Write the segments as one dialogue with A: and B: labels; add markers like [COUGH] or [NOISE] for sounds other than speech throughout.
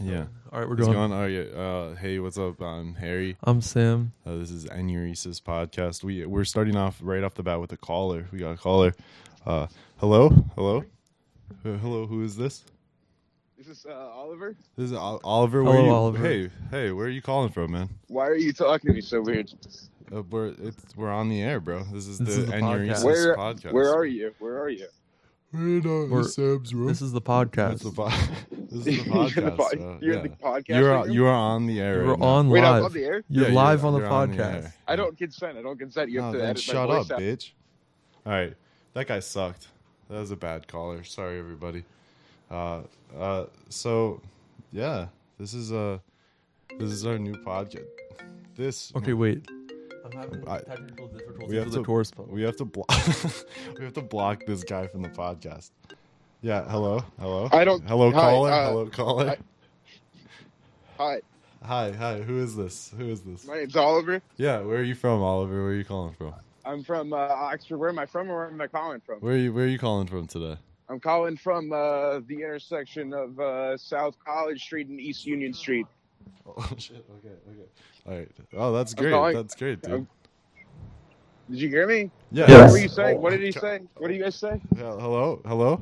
A: Yeah.
B: All right, we're
A: What's
B: going.
A: going? Oh yeah. Uh, hey, what's up? I'm Harry.
B: I'm Sam.
A: Uh, this is Enuresis podcast. We we're starting off right off the bat with a caller. We got a caller. Uh, hello, hello, Uh, hello. Who is this?
C: This is uh, Oliver.
A: This is Ol- Oliver. Where
B: Hello,
A: are you?
B: Oliver.
A: Hey, hey. Where are you calling from, man?
C: Why are you talking to me so weird?
A: Uh, we're it's, we're on the air, bro. This is
B: This
A: the,
B: is the
A: Enuresis
B: podcast.
C: Where
A: podcast.
C: where are you? Where are you?
A: We're in
B: We're-
A: Sam's room.
B: This is the
A: That's
B: podcast.
A: the po- [LAUGHS] this is the
C: [LAUGHS] You're in the
A: podcast.
C: pod-
A: bro.
C: You're
A: yeah.
C: in the podcast.
A: you are
C: room?
A: you are on the air.
B: We're
A: right now.
B: on
C: Wait,
B: live.
C: I'm on the air.
B: You're
A: Yeah,
B: live on the
A: you're
B: podcast.
A: air.
C: I don't consent. I don't consent.
A: No,
C: You have to
A: Oh, then
C: edit
A: shut
C: my
A: up,
C: voice out.
A: bitch. All right, that guy sucked. That was a bad caller. Sorry, everybody. Uh, uh, so yeah, this is uh this is our new podcast. This
B: okay, wait. I'm having
A: I-
B: technical
A: we
B: difficulties
A: have
B: with
A: to
B: the Taurus pump.
A: we have to block [LAUGHS] we have to block this guy from the podcast. Yeah, hello, hello.
C: I don't-
A: Hello,
C: hi,
A: caller.
C: uh,
A: hello, caller.
C: Hi,
A: hi, hi. Who is this? Who is this?
C: my name's Oliver.
A: Yeah, where are you from, Oliver? Where are you calling from?
C: I'm from uh, Oxford. Where am I from? Or where am I calling from?
A: Where are you Where are you calling from today?
C: I'm calling from uh, the intersection of uh, South College Street and East Union Street.
A: Oh [LAUGHS] shit! Okay, okay. All right. Oh, that's
C: I'm
A: great.
C: calling-
A: That's great, dude.
C: I'm- Did you hear me?
A: yeah.
C: What
B: Yes.
C: were you saying?
A: Oh,
C: what did he
A: God.
C: say? What do you guys say?
A: Yeah, Hello, hello,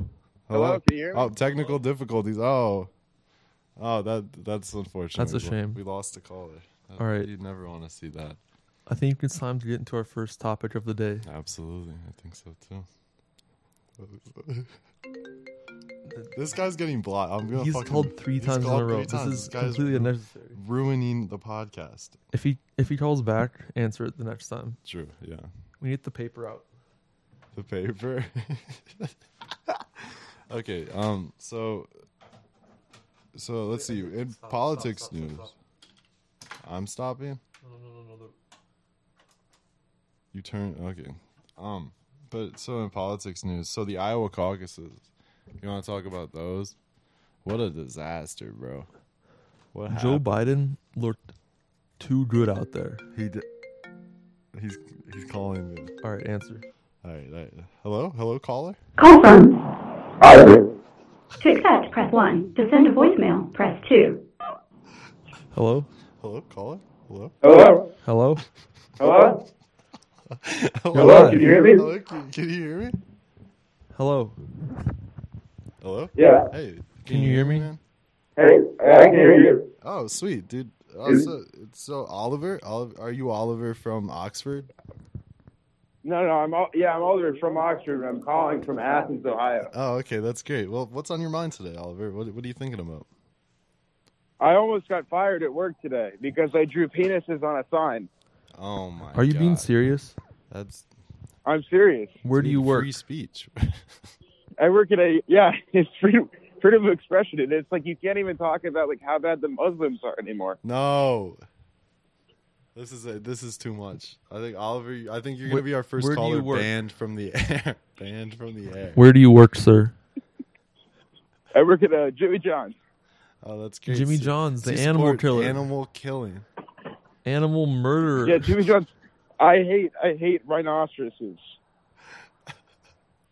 C: Hello? Can you hear me?
A: Oh, technical difficulties. Oh, oh, that that's unfortunate.
B: That's a
A: We lo-
B: shame.
A: We lost a caller. That-
B: All right.
A: You'd never want to see that.
B: I think it's time to get into our first topic of the day.
A: Absolutely, I think so too. [LAUGHS] this guy's getting blocked. I'm gonna.
B: He's
A: fucking-
B: called three
A: he's
B: times in
A: called
B: a row.
A: three
B: This
A: times.
B: is
A: guy's
B: completely unnecessary.
A: ruining the podcast.
B: If he if he calls back, answer it the next time.
A: True. Yeah.
B: We need the paper out.
A: The paper. [LAUGHS] okay. Um. So. So let's see. In politics news, I'm stopping. You turn okay. Um, but so in politics news, so the Iowa caucuses. You want to talk about those? What a disaster, bro. What
B: Joe
A: happened?
B: Biden looked too good out there.
A: He d- he's he's calling me.
B: All right, answer.
A: All right, all right. Hello, hello, caller.
D: Confirm. To accept, press 1. To send a voicemail, press 2.
B: Hello,
A: Hello, caller. Hello. [LAUGHS]
B: hello.
E: Hello? Hello?
B: Hello,
E: can you hear me?
A: Hello, can, can you hear me?
B: Hello.
A: Hello.
E: Yeah.
A: Hey, can,
B: you hear me?
A: man?
E: Hey, I can hear you.
A: Oh, sweet, dude. Oh, so, so Oliver, Oliver, are you Oliver from Oxford?
E: No, no, I'm all, yeah, I'm Oliver from Oxford. I'm calling from Athens, Ohio.
A: Oh, okay, that's great. Well, what's on your mind today, Oliver? What, what are you thinking about?
C: I almost got fired at work today because I drew penises on a sign.
A: Oh my!
B: Are you being
A: God.
B: serious?
A: That's
C: I'm serious.
B: Where do
A: dude,
B: you work?
A: Free speech. [LAUGHS]
C: I work at a yeah, [LAUGHS] it's freedom freedom of expression, and it's like you can't even talk about like how bad the Muslims are anymore.
A: no, this is a, this is too much. I think Oliver. I think you're gonna
B: Where-
A: be our first
B: where do you
A: caller
B: work?
A: banned from the [LAUGHS] air. banned from the air.
B: Where do you work, sir?
C: I work at uh, Jimmy John's.
A: Oh, that's great.
B: Jimmy
A: See-
B: John's, the
A: see,
B: animal
A: sport,
B: killer.
A: Animal killing.
B: Animal murderer.
C: Yeah, Jimmy John's. I hate I hate rhinoceroses.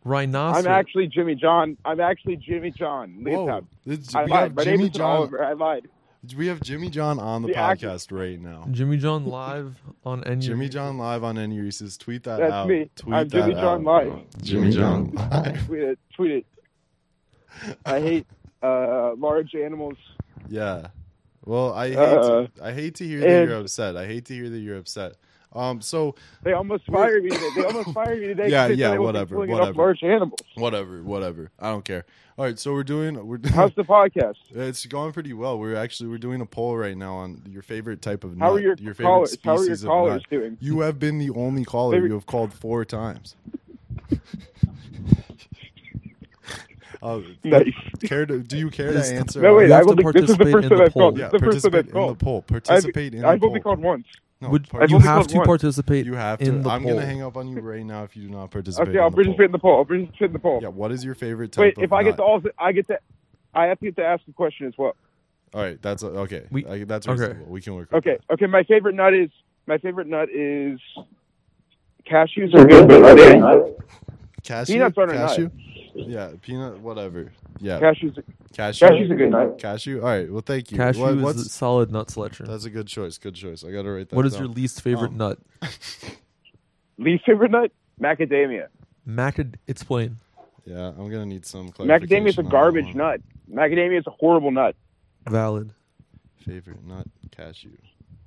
B: Rhinoceros.
C: I'm actually Jimmy John. I'm actually Jimmy John. Leave
A: Whoa,
C: town.
A: It's-
C: I
A: we
C: lied.
A: have
C: My name
A: Jimmy
C: is
A: John.
C: Oliver. I lied.
A: We have Jimmy John on the,
C: The actor-
A: podcast right now.
B: Jimmy John live on any.
A: Jimmy John live on N Reese's. Tweet that
C: That's
A: out.
C: me.
A: Tweet
C: I'm Jimmy
A: that
C: John
A: out.
C: live.
A: Jimmy [LAUGHS] John live.
C: Tweet it. Tweet it. I hate uh, large animals.
A: Yeah. Well, I hate
C: Uh,
A: to, I hate to hear that
C: and-
A: you're upset. I hate to hear that you're upset. Um. So
C: They almost fired me. Today. They almost fired me today.
A: [LAUGHS]
C: 'cause
A: Yeah,
C: they said
A: yeah,
C: I wasn't
A: whatever,
C: pulling
A: whatever.
C: Enough large animals.
A: whatever, whatever. I don't care. All right. So we're doing we're [LAUGHS]
C: How's the podcast?
A: it's going pretty well. We're actually we're doing a poll right now on your favorite type of nut.
C: How are your,
A: your favorite
C: callers?
A: species
C: How are your
A: of
C: callers
A: nut. [LAUGHS]
C: doing?
A: You have been the only caller
C: Favorite-
A: you have called four
C: [LAUGHS]
A: times. Oh,
C: Nice.
A: care to, do you care to
B: Is-
A: answer?
C: No,
A: our-
C: wait,
B: You
C: I
B: have
C: will
B: to
C: think this is the
B: participate
C: first
B: in the
C: time I've
B: poll.
C: called.
A: yeah,
C: This is the first time
A: participate
C: I've
A: in the
C: called.
A: poll.
C: I've,
A: Participate in
C: I've
A: the poll.
C: only called once.
A: No,
B: Would,
A: part-
C: I've
B: you
C: only
B: have
C: called
B: to
C: once.
B: participate
A: oh, you have
B: in
A: to.
B: the
A: I'm
B: poll.
A: gonna hang up on you right now if you do not participate.
C: Okay,
A: in
C: I'll
A: the
C: participate
A: poll.
C: in the poll. I'll participate in the poll.
A: Yeah, what is your favorite type
C: Wait,
A: of
C: if I get to
A: nut?
C: all, I get to, I have to get to ask a question as well.
A: All right, that's okay.
B: We-
A: I- that's
B: okay.
A: reasonable. We can work. with
C: Okay,
A: that.
C: okay. My favorite nut is my favorite nut is cashews are good, but
E: Are
C: are
E: they
C: they?
E: nice?
A: Cashew.
C: Peanuts aren't a
A: cashew. Yeah, peanut. Whatever. Yeah,
E: Cashew's,
A: cashew.
E: cashew's a good nut.
A: Cashew. All right. Well, thank you.
B: Cashew
A: What-
B: is
A: what's
B: a solid nut selection.
A: that's a good choice. Good choice. I gotta write that.
B: What is
A: down.
B: your least favorite
A: Um,
B: nut?
E: Least favorite nut? Macadamia.
B: Macad. Explain.
A: Yeah, I'm gonna need some clarification.
E: Macadamia is a
A: on that
E: garbage
A: one.
E: nut. Macadamia is a horrible nut.
B: Valid.
A: Favorite nut cashew.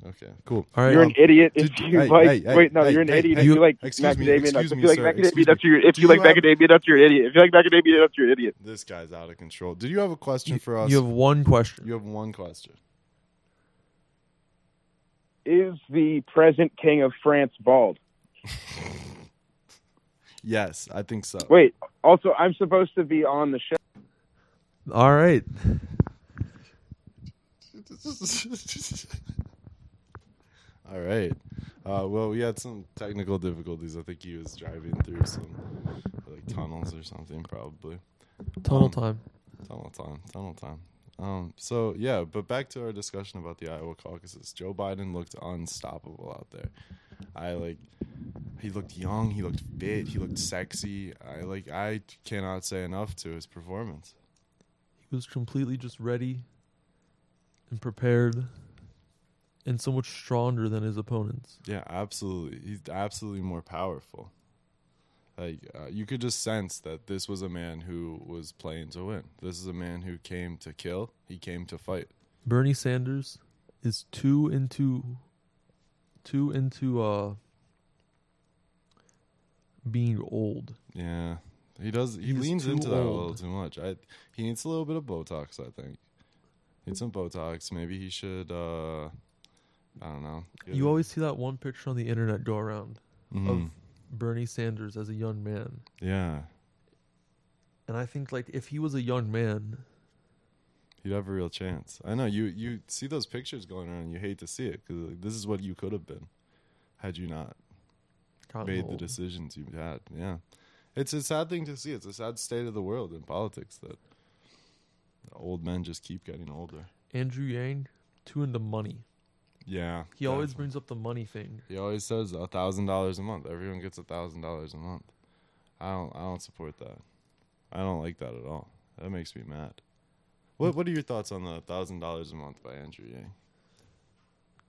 A: Okay, cool.
B: All right. um,
E: You're an idiot
A: Dude,
E: if um, you
A: hey,
E: like.
A: hey, hey,
E: wait, no,
A: hey,
E: you're an
A: hey,
E: idiot
A: hey,
E: if you like
A: excuse me,
E: macadamia
A: excuse
E: nuts. If
A: me,
E: you like
A: sir, excuse
E: macadamia nuts,
A: me.
E: you're if
A: Do
E: you like
A: you have-
E: macadamia nuts, you're an idiot. If you like macadamia nuts, you're an idiot.
A: This guy's out of control. Did you have a question for us?
B: You have one question.
A: You have one question.
E: Is the present king of France bald?
A: Yes, I think so.
E: Wait. Also, I'm supposed to be on the show.
B: All right.
A: [LAUGHS] All right. Uh, well, we had some technical difficulties. I think he was driving through some like tunnels or something, probably.
B: Tunnel
A: Um,
B: time.
A: Tunnel time. Tunnel time. Um, so yeah, but back to our discussion about the Iowa caucuses. Joe Biden looked unstoppable out there. I like he looked young, he looked fit, he looked sexy. I like I cannot say enough to his performance.
B: He was completely just ready and prepared and so much stronger than his opponents.
A: Yeah, absolutely. He's absolutely more powerful. Like uh, you could just sense that this was a man who was playing to win. This is a man who came to kill. He came to fight.
B: Bernie Sanders is two into two into uh being old.
A: Yeah, he does. He
B: He's
A: leans
B: too
A: into that a little
B: old.
A: too much. I he needs a little bit of Botox. I think needs some Botox. Maybe he should. uh I don't know. get
B: You
A: a-
B: always see that one picture on the internet go around
A: Mhm.
B: of Bernie Sanders as a young man.
A: yeah.
B: And I think like if he was a young man,
A: He'd have a real chance. I know you. You see those pictures going around, and you hate to see it because like, this is what you could have been, had you not
B: gotten
A: made the
B: old.
A: decisions you had. Yeah, it's a sad thing to see. It's a sad state of the world in politics that the old men just keep getting older.
B: Andrew Yang, two into money.
A: Yeah,
B: He always
A: definitely.
B: brings up the money thing.
A: He always says a thousand dollars a month. Everyone gets a thousand dollars a month. I don't. I don't support that. I don't like that at all. That makes me mad. What What are your thoughts on the thousand dollars a month by Andrew Yang?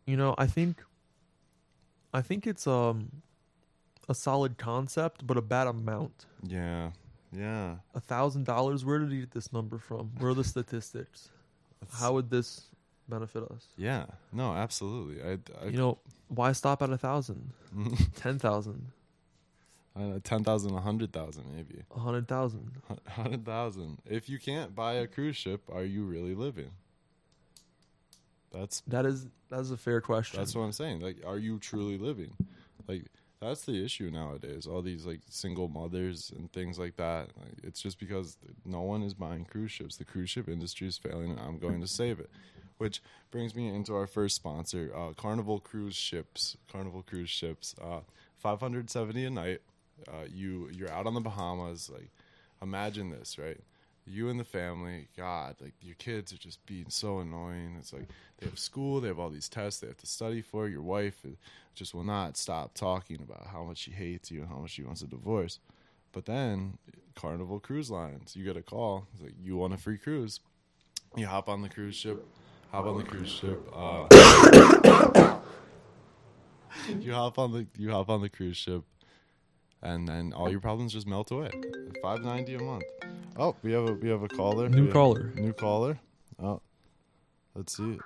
B: you know i think i think it's um a solid concept but a bad amount
A: Yeah, yeah.
B: a thousand dollars where did he get this number from where are the statistics how would this benefit us
A: Yeah. No, absolutely. I. I
B: you know why stop at a
A: [LAUGHS]
B: thousand
A: know,
B: ten thousand
A: know ten thousand, a hundred thousand, maybe
B: a hundred thousand
A: a hundred thousand. If you can't buy a cruise ship, are you really living? That's
B: that is that is a fair question
A: That's what I'm saying. Like, are you truly living? Like, that's the issue nowadays. All these like single mothers and things like that. Like, it's just because no one is buying cruise ships. The cruise ship industry is failing, and I'm going to save it. Which brings me into our first sponsor, uh, Carnival Cruise Ships. Carnival Cruise Ships, uh, 570 a night. Uh, you you're out on the Bahamas. Like, imagine this, right? you and the family, God, like your kids are just being so annoying. It's like they have school, they have all these tests they have to study for. Your wife just will not stop talking about how much she hates you and how much she wants a divorce. But then Carnival Cruise Lines, you get a call. It's like you want a free cruise. You hop on the cruise ship. Hop on the cruise ship. Uh, [COUGHS] you hop on the you hop on the cruise ship, and then all your problems just melt away. Five ninety a month. Oh, we have a we have a caller.
B: New
A: We have a
B: caller.
A: New caller. Oh, let's see.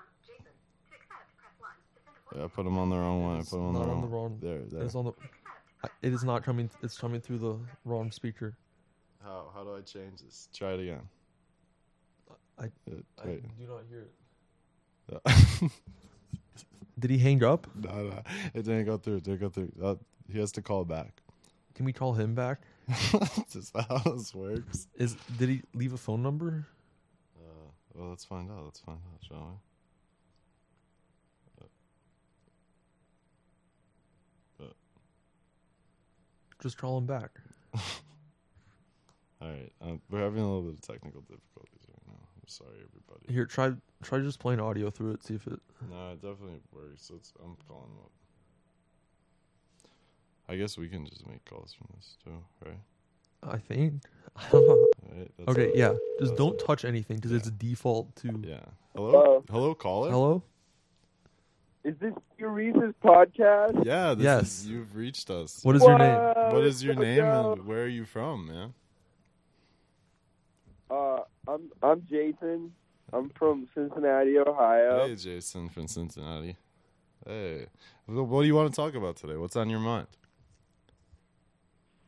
A: Yeah, I put him on the wrong one. I put him on,
B: not on
A: the, wrong.
B: the wrong-
A: There, there.
B: it's on the I- it is not coming it's coming through the wrong speaker
A: How how do I change this? Try it again.
B: I-
A: Uh,
B: i
A: wait. [LAUGHS]
B: do not hear it
A: no,
B: did he hang up
A: no, it didn't go through. It didn't go through. Uh, he has to call back. [LAUGHS]
B: can we call him back
A: Is that how this works?
B: is did he leave a phone number
A: Uh, well, let's find out. Let's find out, shall
B: just call him back
A: we? All right. Um, we're having a little bit of technical difficulties right now. I'm sorry, everybody.
B: Here, try try just playing audio through it. See if it.
A: No, it definitely works. Let's, I'm calling up. I guess we can just make calls from this too, right?
B: I think. [LAUGHS] I don't know.
A: Yeah. right? That's-
B: Okay, yeah. Just
A: that's
B: don't
A: it.
B: touch anything because it's a default to.
A: Yeah. Hello?
E: Hello?
A: Hello, caller?
B: Hello?
E: Is this Eurese's podcast?
A: Yeah, this
B: Yes.
A: is, you've reached us.
B: What is your name?
E: Whoa,
A: what is your
E: so
A: name
E: dope.
A: and where are you from, man?
E: Uh, I'm I'm Jason. I'm from Cincinnati, Ohio.
A: Hey, Jason from Cincinnati. Hey. Wh- What do you want to talk about today? What's on your mind?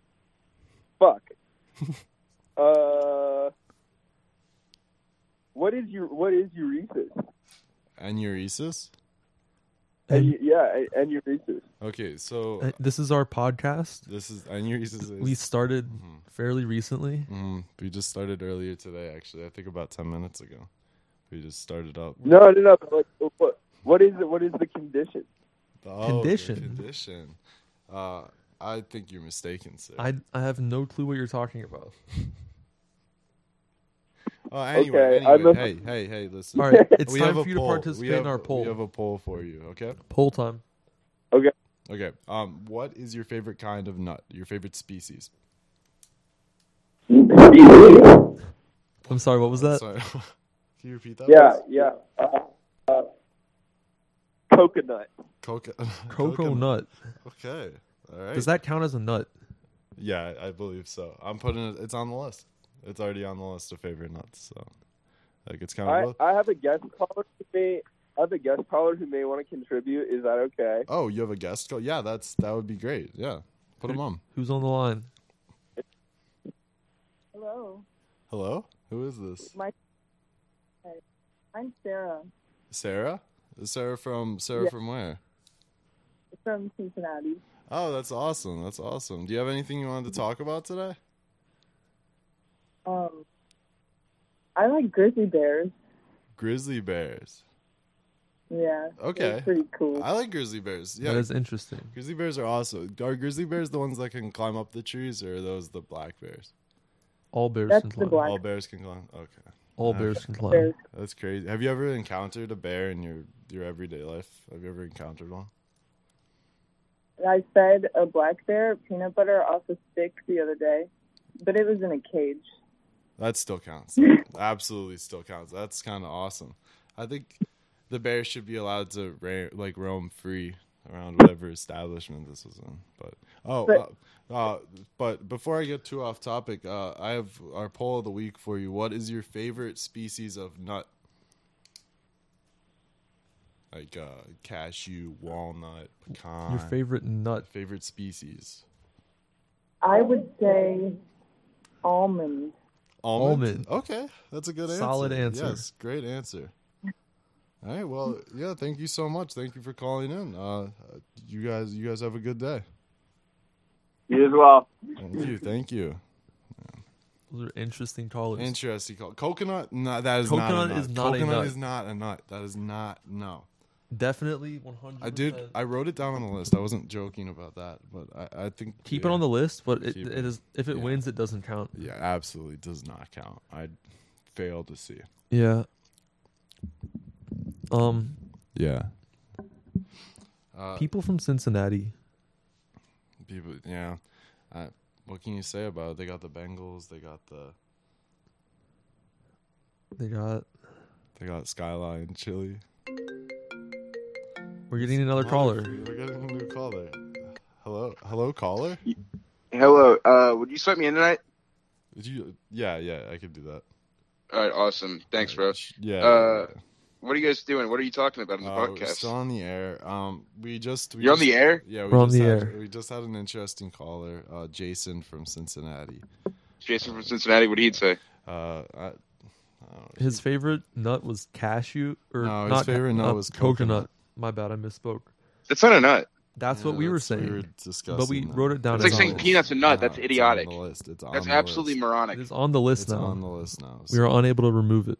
B: [LAUGHS]
E: Fuck. uh, what is your what is Euresis?
A: Enuresis?
E: And,
B: And,
E: yeah, and, and Euresis.
A: Okay, so
B: uh, this is our podcast.
A: this is enuresis. Is,
B: We started
A: Mhm.
B: fairly recently.
A: Mm, we just started earlier today, actually. I think about 10 minutes ago. We just started up.
E: No, no, no. but Like, what what is the, what is
B: [LAUGHS]
E: the condition?
A: Oh, the
B: Condition.
A: Condition. Uh, I think you're mistaken, sir.
B: I I have no clue what you're talking about.
A: oh, anyway,
E: Okay, I'm
A: anyway.
E: a-
A: hey, hey, hey, listen.
B: All right, it's
A: We
B: time
A: have a
B: for you to
A: poll.
B: participate
A: we have,
B: in our
A: We
B: poll.
A: have a poll for you, okay?
B: Poll time.
A: Okay. um, What is your favorite kind of nut? Your favorite species?
B: I'm sorry. What was that?
A: Sorry. [LAUGHS] Can you repeat that?
E: Yeah,
A: please?
E: yeah. Uh, uh, coconut.
A: Coca-
B: Cocoa
A: [LAUGHS] coconut.
B: nut.
A: Okay. All right.
B: Does that count as a nut?
A: yeah, I believe so. I'm putting it. It's on the list. It's already on the list of favorite nuts. So, like,
B: Uh,
A: it's kind of.
E: I, I have a guest caller who may I have a guest caller who may want to contribute. Is that okay?
A: oh, you have a guest call? Yeah, that's that would be great. Yeah, put them on.
B: Who's on the line?
F: Hello,
A: Hello, who is this?
F: my I'm Sarah
A: Sarah. Is Sarah from Sarah
F: Yeah.
A: from where?
F: from Cincinnati.
A: Oh, that's awesome. That's awesome. Do you have anything you wanted to talk about today?
F: Um, I like grizzly bears.
A: Grizzly bears.
F: Yeah, they're
A: Okay.
F: pretty cool.
A: I like grizzly bears. Yeah,
B: That is interesting.
A: Grizzly bears are awesome. Are grizzly bears the ones that can climb up the trees, or are those the black bears?
B: All bears
F: That's
B: can
F: the
B: climb.
F: black-
A: All bears can climb. Okay,
B: All bears can climb.
F: Bears.
A: that's crazy. Have you ever encountered a bear in your your everyday life? Have you ever encountered one?
F: I fed a black bear peanut butter off a stick the other day, but it was in a cage.
A: That still counts. That absolutely still counts. That's kind of awesome. I think the bear should be allowed to ra- like roam free around whatever establishment this was in. But oh,
F: But-
A: uh, uh, but before I get too off topic, uh, I have our poll of the week for you. What is your favorite species of nut? Like uh, cashew, walnut, pecan.
B: Your favorite nut.
A: favorite species?
F: I would say almond.
B: Almond.
A: Almond. Okay, that's a good answer.
B: Solid answer.
A: Yes, great answer. All right. Well, yeah. Thank you so much. Thank you for calling in. Uh, you guys, you guys have a good day.
E: You as well.
A: Thank you. Thank you.
B: Those are interesting callers.
A: Interesting call. Coconut. No, that is not. A
B: Coconut
A: nut.
B: is not a
A: Coconut
B: nut.
A: is not a nut. That is not. No.
B: Definitely 100.
A: I did. I wrote it down on the list. I wasn't joking about that. But I, I think
B: keep it on the list, but it,
A: Keep
B: it
A: it.
B: is if it
A: Yeah.
B: wins, it doesn't count.
A: Yeah, absolutely does not count. I failed to see.
B: Yeah. Um,
A: Yeah. Uh,
B: people from Cincinnati.
A: people yeah I, what can you say about it they got the bengals they got the
B: They got.
A: they got skyline chili
B: We're getting another caller.
A: we're getting a new caller hello hello caller
G: Hello. Uh, would you swipe me in tonight?
A: Did you yeah yeah i could do that
G: All right. Awesome. Thanks, bro.
A: yeah
G: Uh,
A: yeah,
G: What are you guys doing? What are you talking about on
A: yeah.
G: the
E: Oh,
A: Uh, we're
G: podcast?
A: still on the air um we just we
G: You're on
A: just-
G: the air,
A: yeah we
B: We're on
A: just
B: the
A: had,
B: air.
A: we just had an interesting caller uh jason from cincinnati
G: Jason from Cincinnati. What he'd say?
A: uh I, I don't know.
B: His favorite nut was cashew, or
A: No, his
B: not ca-
A: favorite nut
B: not
A: was
B: coconut. My bad, I misspoke.
G: That's not a nut.
B: That's
A: Yeah,
B: what we were
A: that's-
B: saying.
A: we were discussing that.
B: wrote it down
G: It's
B: as
G: like
B: on
G: saying
B: the list.
G: peanuts and nut.
A: No,
G: That's
A: it's on
G: idiotic.
A: the list. It's on
G: That's
A: the
G: absolutely
A: list.
G: moronic.
B: It is on the list
A: It's
B: now.
A: on the list now.
B: we
A: so-
B: were unable to remove it.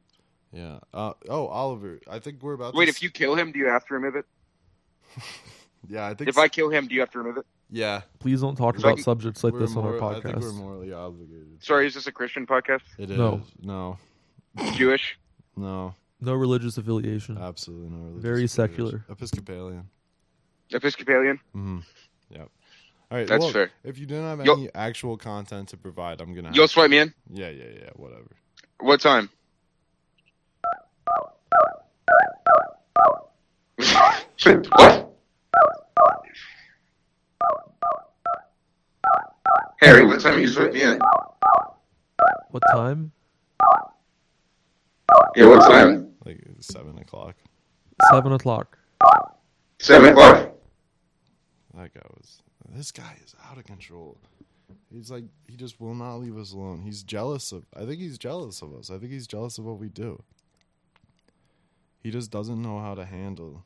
A: Yeah. Uh, oh, Oliver. I think we're about.
G: Wait,
A: to
G: if you kill him, do you have to remove it?
A: Yeah, I think.
G: If I kill him, do you have to remove it?
A: Yeah.
B: Please don't talk
G: If I
B: about
G: can-
B: subjects like
A: we're
B: this on our
A: mor- I think we're
B: podcast.
A: morally obligated.
G: Sorry, is this a Christian podcast?
A: It is.
B: No.
A: No. No.
E: [LAUGHS]
G: Jewish?
B: No religious affiliation.
A: Absolutely no religious.
B: Very
A: affiliation.
B: secular.
A: Episcopalian.
G: Episcopalian?
A: Mm-hmm. Yep. All right,
G: That's
A: well,
G: fair.
A: If you didn't have
G: Yo-
A: any actual content to provide, I'm gonna.
G: You'll
A: have to-
G: swipe me in.
A: Yeah, yeah, yeah. Whatever.
G: What time? what? Harry, what time are you swipe me in?
B: What time?
G: Yeah, what time?
A: Like it's seven o'clock.
B: Seven o'clock.
G: Seven o'clock.
A: That guy was. This guy is out of control. He's like he just will not leave us alone. He's jealous of. I think he's jealous of us. I think he's jealous of what we do. He just doesn't know how to handle.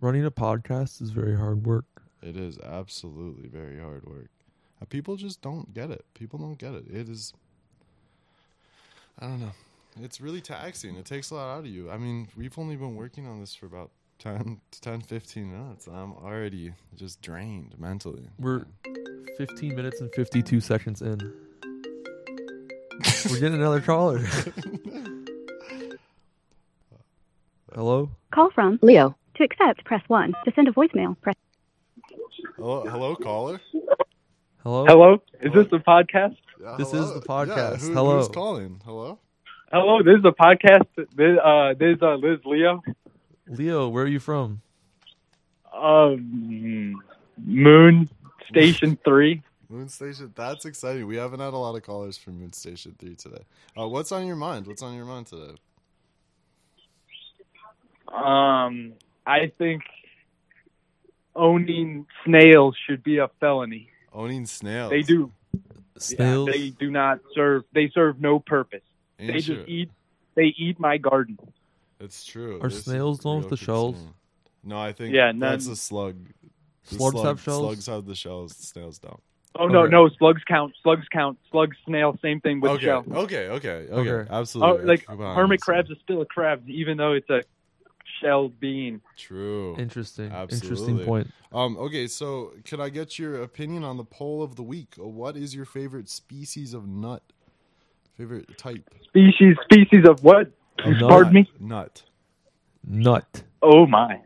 B: Running a podcast is very hard work.
A: It is absolutely very hard work. Uh, People just don't get it. People don't get it. It is. I don't know. It's really taxing. It takes a lot out of you. I mean, we've only been working on this for about 10, 10 15 minutes. and I'm already just drained mentally.
B: We're 15 minutes and 52 seconds in. We're getting another
A: [LAUGHS]
B: caller. Hello?
D: Call from
H: Leo.
D: to accept, press one. To send a voicemail, press.
A: Hello, hello caller?
B: Hello?
E: Hello, is this the podcast?
A: Yeah,
B: This is the podcast.
A: who-
B: Hello.
A: Who's calling? Hello?
E: Hello, this is the podcast. This, uh, this is uh, Liz Leo.
B: Leo, where are you from?
E: Um, Moon Station Three.
A: [LAUGHS] Moon Station. That's exciting. We haven't had a lot of callers from Moon Station 3 today. Uh, what's on your mind? What's on your mind today?
E: Um, I think owning snails should be a felony.
A: Owning snails.
E: They do.
B: Snails?
E: Yeah, they do not serve. They serve no purpose.
A: Ain't
E: they
A: you?
E: just eat. They eat my garden.
A: It's true.
B: Are
A: There's
B: snails
A: some
B: the ones
A: real
B: with the shells?
A: concern. No, I think
E: Yeah,
A: that's
E: none.
A: a slug. The
B: Slugs
A: slug-
B: have shells?
A: Slugs have the shells. Snails don't.
E: Oh no,
B: Okay.
E: no slugs count. Slugs count. Slugs, snail, same thing with
A: okay.
E: shell.
A: okay, okay, okay,
B: Okay.
E: Oh,
A: Absolutely.
E: like
A: Come on,
E: hermit
A: that's
E: crabs is still a crab, even though it's a shelled being.
A: True.
B: Interesting.
A: Absolutely.
B: Interesting point.
A: Um. Okay. So, could I get your opinion on the poll of the week? Uh, What is your favorite species of nut? Favorite type?
E: Species, species of what?
B: A nut.
E: [LAUGHS] Pardon me.
A: Nut.
B: Nut.
E: Oh my.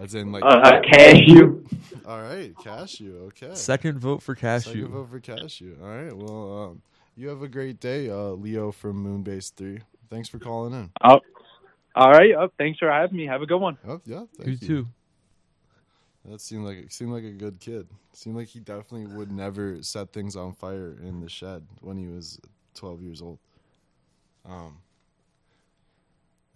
A: As in, like.
E: Uh, cashew.
A: all right, cashew. Okay.
B: Second vote for
A: Second
B: cashew.
A: vote for cashew. All right. Well, um, you have a great day, uh, Leo from Moonbase Three. Thanks for calling in.
E: Oh. All right. Oh, thanks for having me. Have a good one.
A: Oh yeah, thank
B: You too.
A: That seemed like seemed like a good kid. Seemed like he definitely would never set things on fire in the shed when he was twelve years old. Um.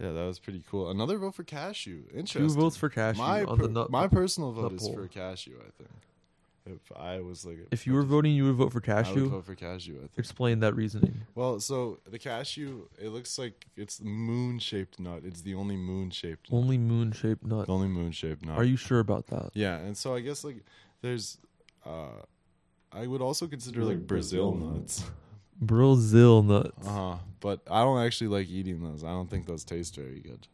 A: Yeah, that was pretty cool. Another vote for cashew. Interesting.
B: Two votes for cashew
A: my
B: on
A: per-
B: the nut.
A: my personal vote
B: nut
A: is
B: poll.
A: for cashew. I think. If I was like, a-
B: if you were voting, you would vote for
A: I would
B: cashew.
A: vote for cashew. I think.
B: Explain that reasoning.
A: Well, so the cashew, it looks like it's moon shaped nut. It's the only moon shaped, nut.
B: Only moon shaped nut.
A: the only moon shaped nut.
B: Are you sure about that?
A: Yeah, and so I guess like there's, uh, I would also consider like Brazil nuts.
B: Brazil nuts.
A: Uh [LAUGHS] huh. But I don't actually like eating those. I don't think those taste very good.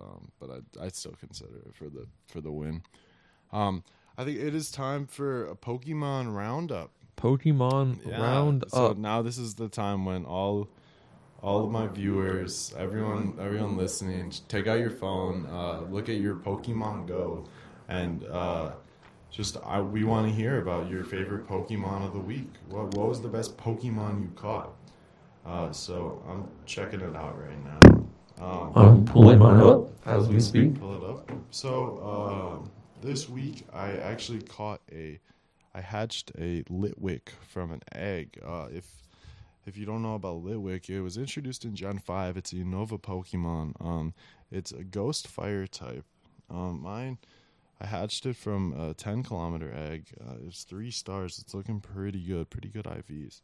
A: Um, but I I still consider it for the for the win. Um, I think it is time for a Pokemon roundup.
B: Pokemon
A: Yeah,
B: round
A: So
B: up.
A: now this is the time when all all of my viewers, everyone, everyone listening, j- take out your phone, uh, look at your Pokemon Go, and uh, just I, we want to hear about your favorite Pokemon of the week. What what was the best Pokemon you caught? Uh, so I'm checking it out right now. Um,
B: I'm pulling mine up as we speak.
A: Pull it up. So um, this week I actually caught a, I hatched a litwick from an egg. Uh, if if you don't know about litwick, it was introduced in Gen five. It's a Unova Pokemon. Um, it's a ghost fire type. Um, mine, I hatched it from a ten kilometer egg. Uh, it's three stars. It's looking pretty good. Pretty good IVs.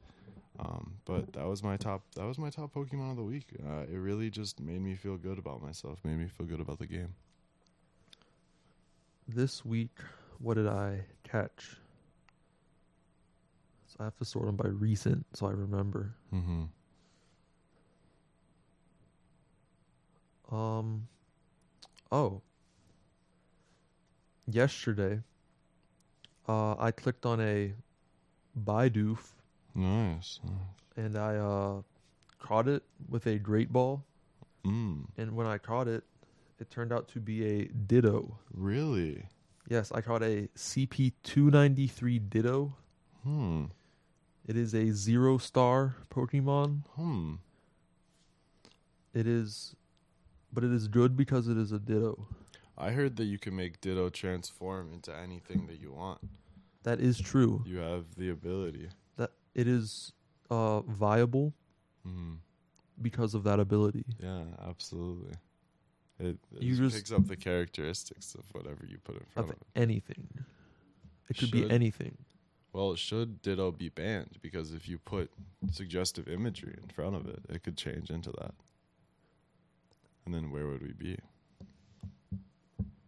A: Um, but that was my top. That was my top Pokemon of the week. Uh, it really just made me feel good about myself. Made me feel good about the game.
B: This week, what did I catch? So I have to sort them by recent so I remember.
A: Mm-hmm.
B: Um oh. Yesterday, uh I clicked on a Baidu f-
A: Nice.
B: and I uh caught it with a great ball
A: Mm.
B: and when I caught it, it turned out to be a ditto.
A: Really?
B: Yes, I caught a CP293 Ditto.
A: Hmm.
B: It is a zero star Pokemon.
A: Hmm.
B: It is, but it is good because it is a Ditto.
A: I heard that you can make Ditto transform into anything that you want.
B: That is true.
A: You have the ability.
B: That it is uh, viable
A: Mhm.
B: because of that ability.
A: Yeah, absolutely. It, it
B: You
A: just
B: just-
A: picks up the characteristics of whatever you put in front
B: Of
A: of it.
B: anything, it could be
A: Should-
B: anything.
A: Well, should Ditto be banned? Because if you put suggestive imagery in front of it, it could change into that. And then where would we be?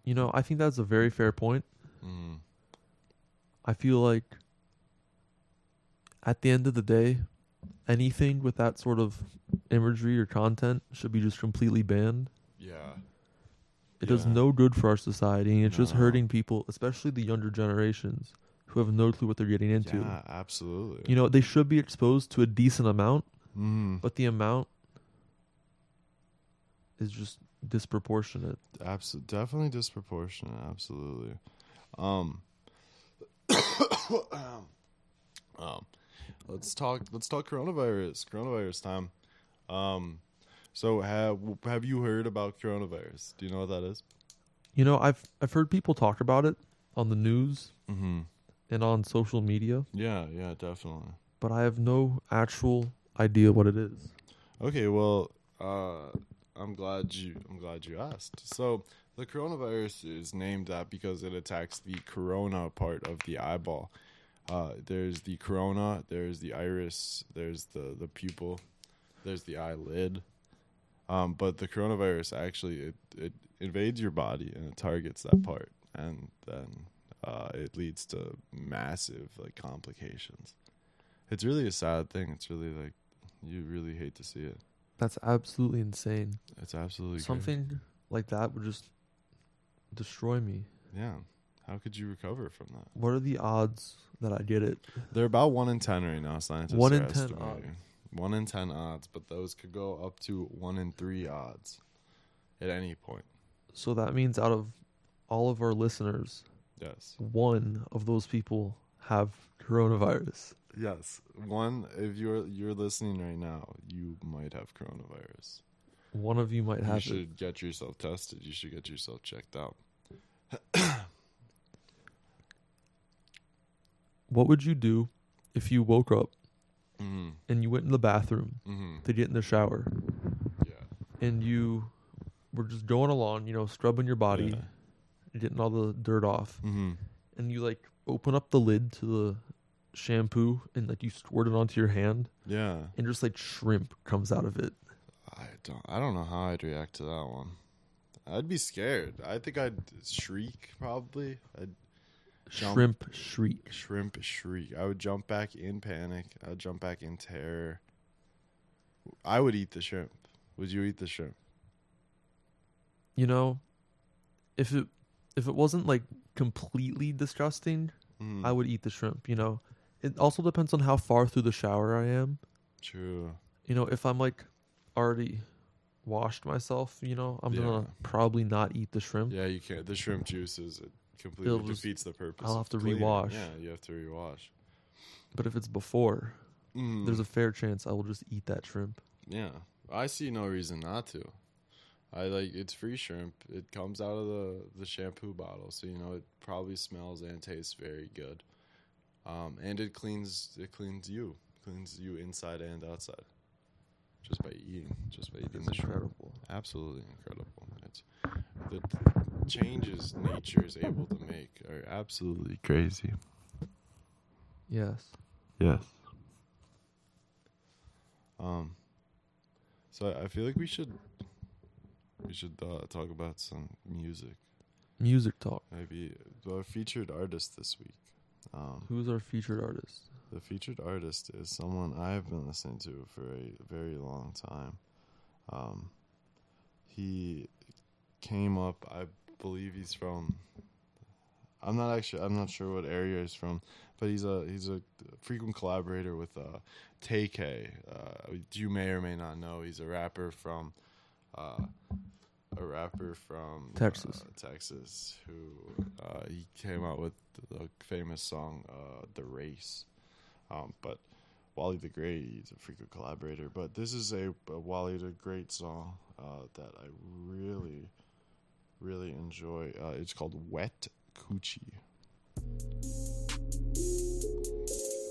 B: You know, I think that's a very fair point.
A: Mm,
B: I feel like at the end of the day, anything with that sort of imagery or content should be just completely banned.
A: yeah.
B: It does
A: Yeah.
B: no good for our society, and it's just
A: No.
B: hurting people, especially the younger generations who have no clue what they're getting into.
A: Yeah, absolutely.
B: You know, they should be exposed to a decent amount,
A: mm,
B: but the amount is just disproportionate.
A: abso- definitely disproportionate. Absolutely. Um, [COUGHS] um, let's talk. Let's talk coronavirus. Coronavirus time. Um, so have have you heard about coronavirus? Do you know what that is?
B: You know, I've I've heard people talk about it on the news
A: Mm-hmm.
B: and on social media,
A: Yeah. Yeah. Definitely.
B: but I have no actual idea what it is.
A: Okay, well, uh, I'm glad you I'm glad you asked. So the coronavirus is named that because it attacks the corona part of the eyeball. Uh, there's the corona, there's the iris, there's the the pupil, there's the eyelid. Um, but the coronavirus actually it, it invades your body and it targets that part, and then uh, it leads to massive like complications. It's really a sad thing. It's really like you really hate to see it.
B: That's absolutely insane.
A: It's absolutely crazy.
B: Something like that would just destroy me.
A: Yeah. How could you recover from that?
B: What are the odds that I get it?
A: They're about one in ten right now. Scientists
B: One
A: are
B: in 10
A: estimating. One in ten odds, but those could go up to one in three odds at any point.
B: So that means out of all of our listeners,
A: Yes.
B: one of those people have coronavirus.
A: Yes. One. If you're you're listening right now, you might have coronavirus.
B: One of you might
A: You
B: have it.
A: should get yourself tested. You should get yourself checked out.
B: What would you do if you woke up
A: Mm.
B: and you went in the bathroom
A: Mm-hmm.
B: to get in the shower
A: Yeah.
B: and you were just going along, you know, scrubbing your body,
A: Yeah.
B: getting all the dirt off,
A: Mm-hmm.
B: and you like open up the lid to the shampoo and like you squirt it onto your hand
A: Yeah.
B: and just like shrimp comes out of it.
A: I don't. I don't know how I'd react to that one. I'd be scared. I think I'd shriek probably. I'd Jump.
B: Shrimp shriek.
A: shrimp shriek. I would jump back in panic. I'd jump back in terror. I would eat the shrimp. Would you eat the shrimp?
B: You know, if it if it wasn't like completely disgusting,
A: Mm,
B: I would eat the shrimp, you know. It also depends on how far through the shower I am.
A: True.
B: You know, if I'm like already washed myself, you know, I'm gonna
A: Yeah.
B: probably not eat the shrimp.
A: Yeah, you can't. The shrimp juices it completely
B: It'll just-
A: defeats the purpose.
B: I'll
A: of
B: have to
A: cleaning.
B: rewash.
A: Yeah, you have to rewash.
B: But if it's before,
A: Mm,
B: there's a fair chance I will just eat that shrimp.
A: yeah, I see no reason not to. I like it's free shrimp. It comes out of the the shampoo bottle, so you know it probably smells and tastes very good. Um, and it cleans it cleans you, cleans you inside and outside, just by eating, just by eating
B: It's
A: the shrimp.
B: incredible.
A: Absolutely incredible. It's the changes nature is able to make are absolutely crazy.
B: Yes.
A: Yes. Um. So I- I feel like we should we should uh, talk about some music.
B: Music talk.
A: Maybe our featured artist this week. Um,
B: Who's our featured artist?
A: the featured artist is someone I've been listening to for a very long time. Um, he came up, I believe he's from. I'm not actually. I'm not sure what area he's from, but he's a he's a frequent collaborator with uh, Take. Uh, you may or may not know. He's a rapper from uh, a rapper from
B: Texas.
A: uh, Texas, who uh, he came out with the famous song uh, "The Race," um, but Wally the Great, he's a frequent collaborator. But this is a, a Wally the Great song uh, that I really, really enjoy. Uh, it's called "Wet Coochie."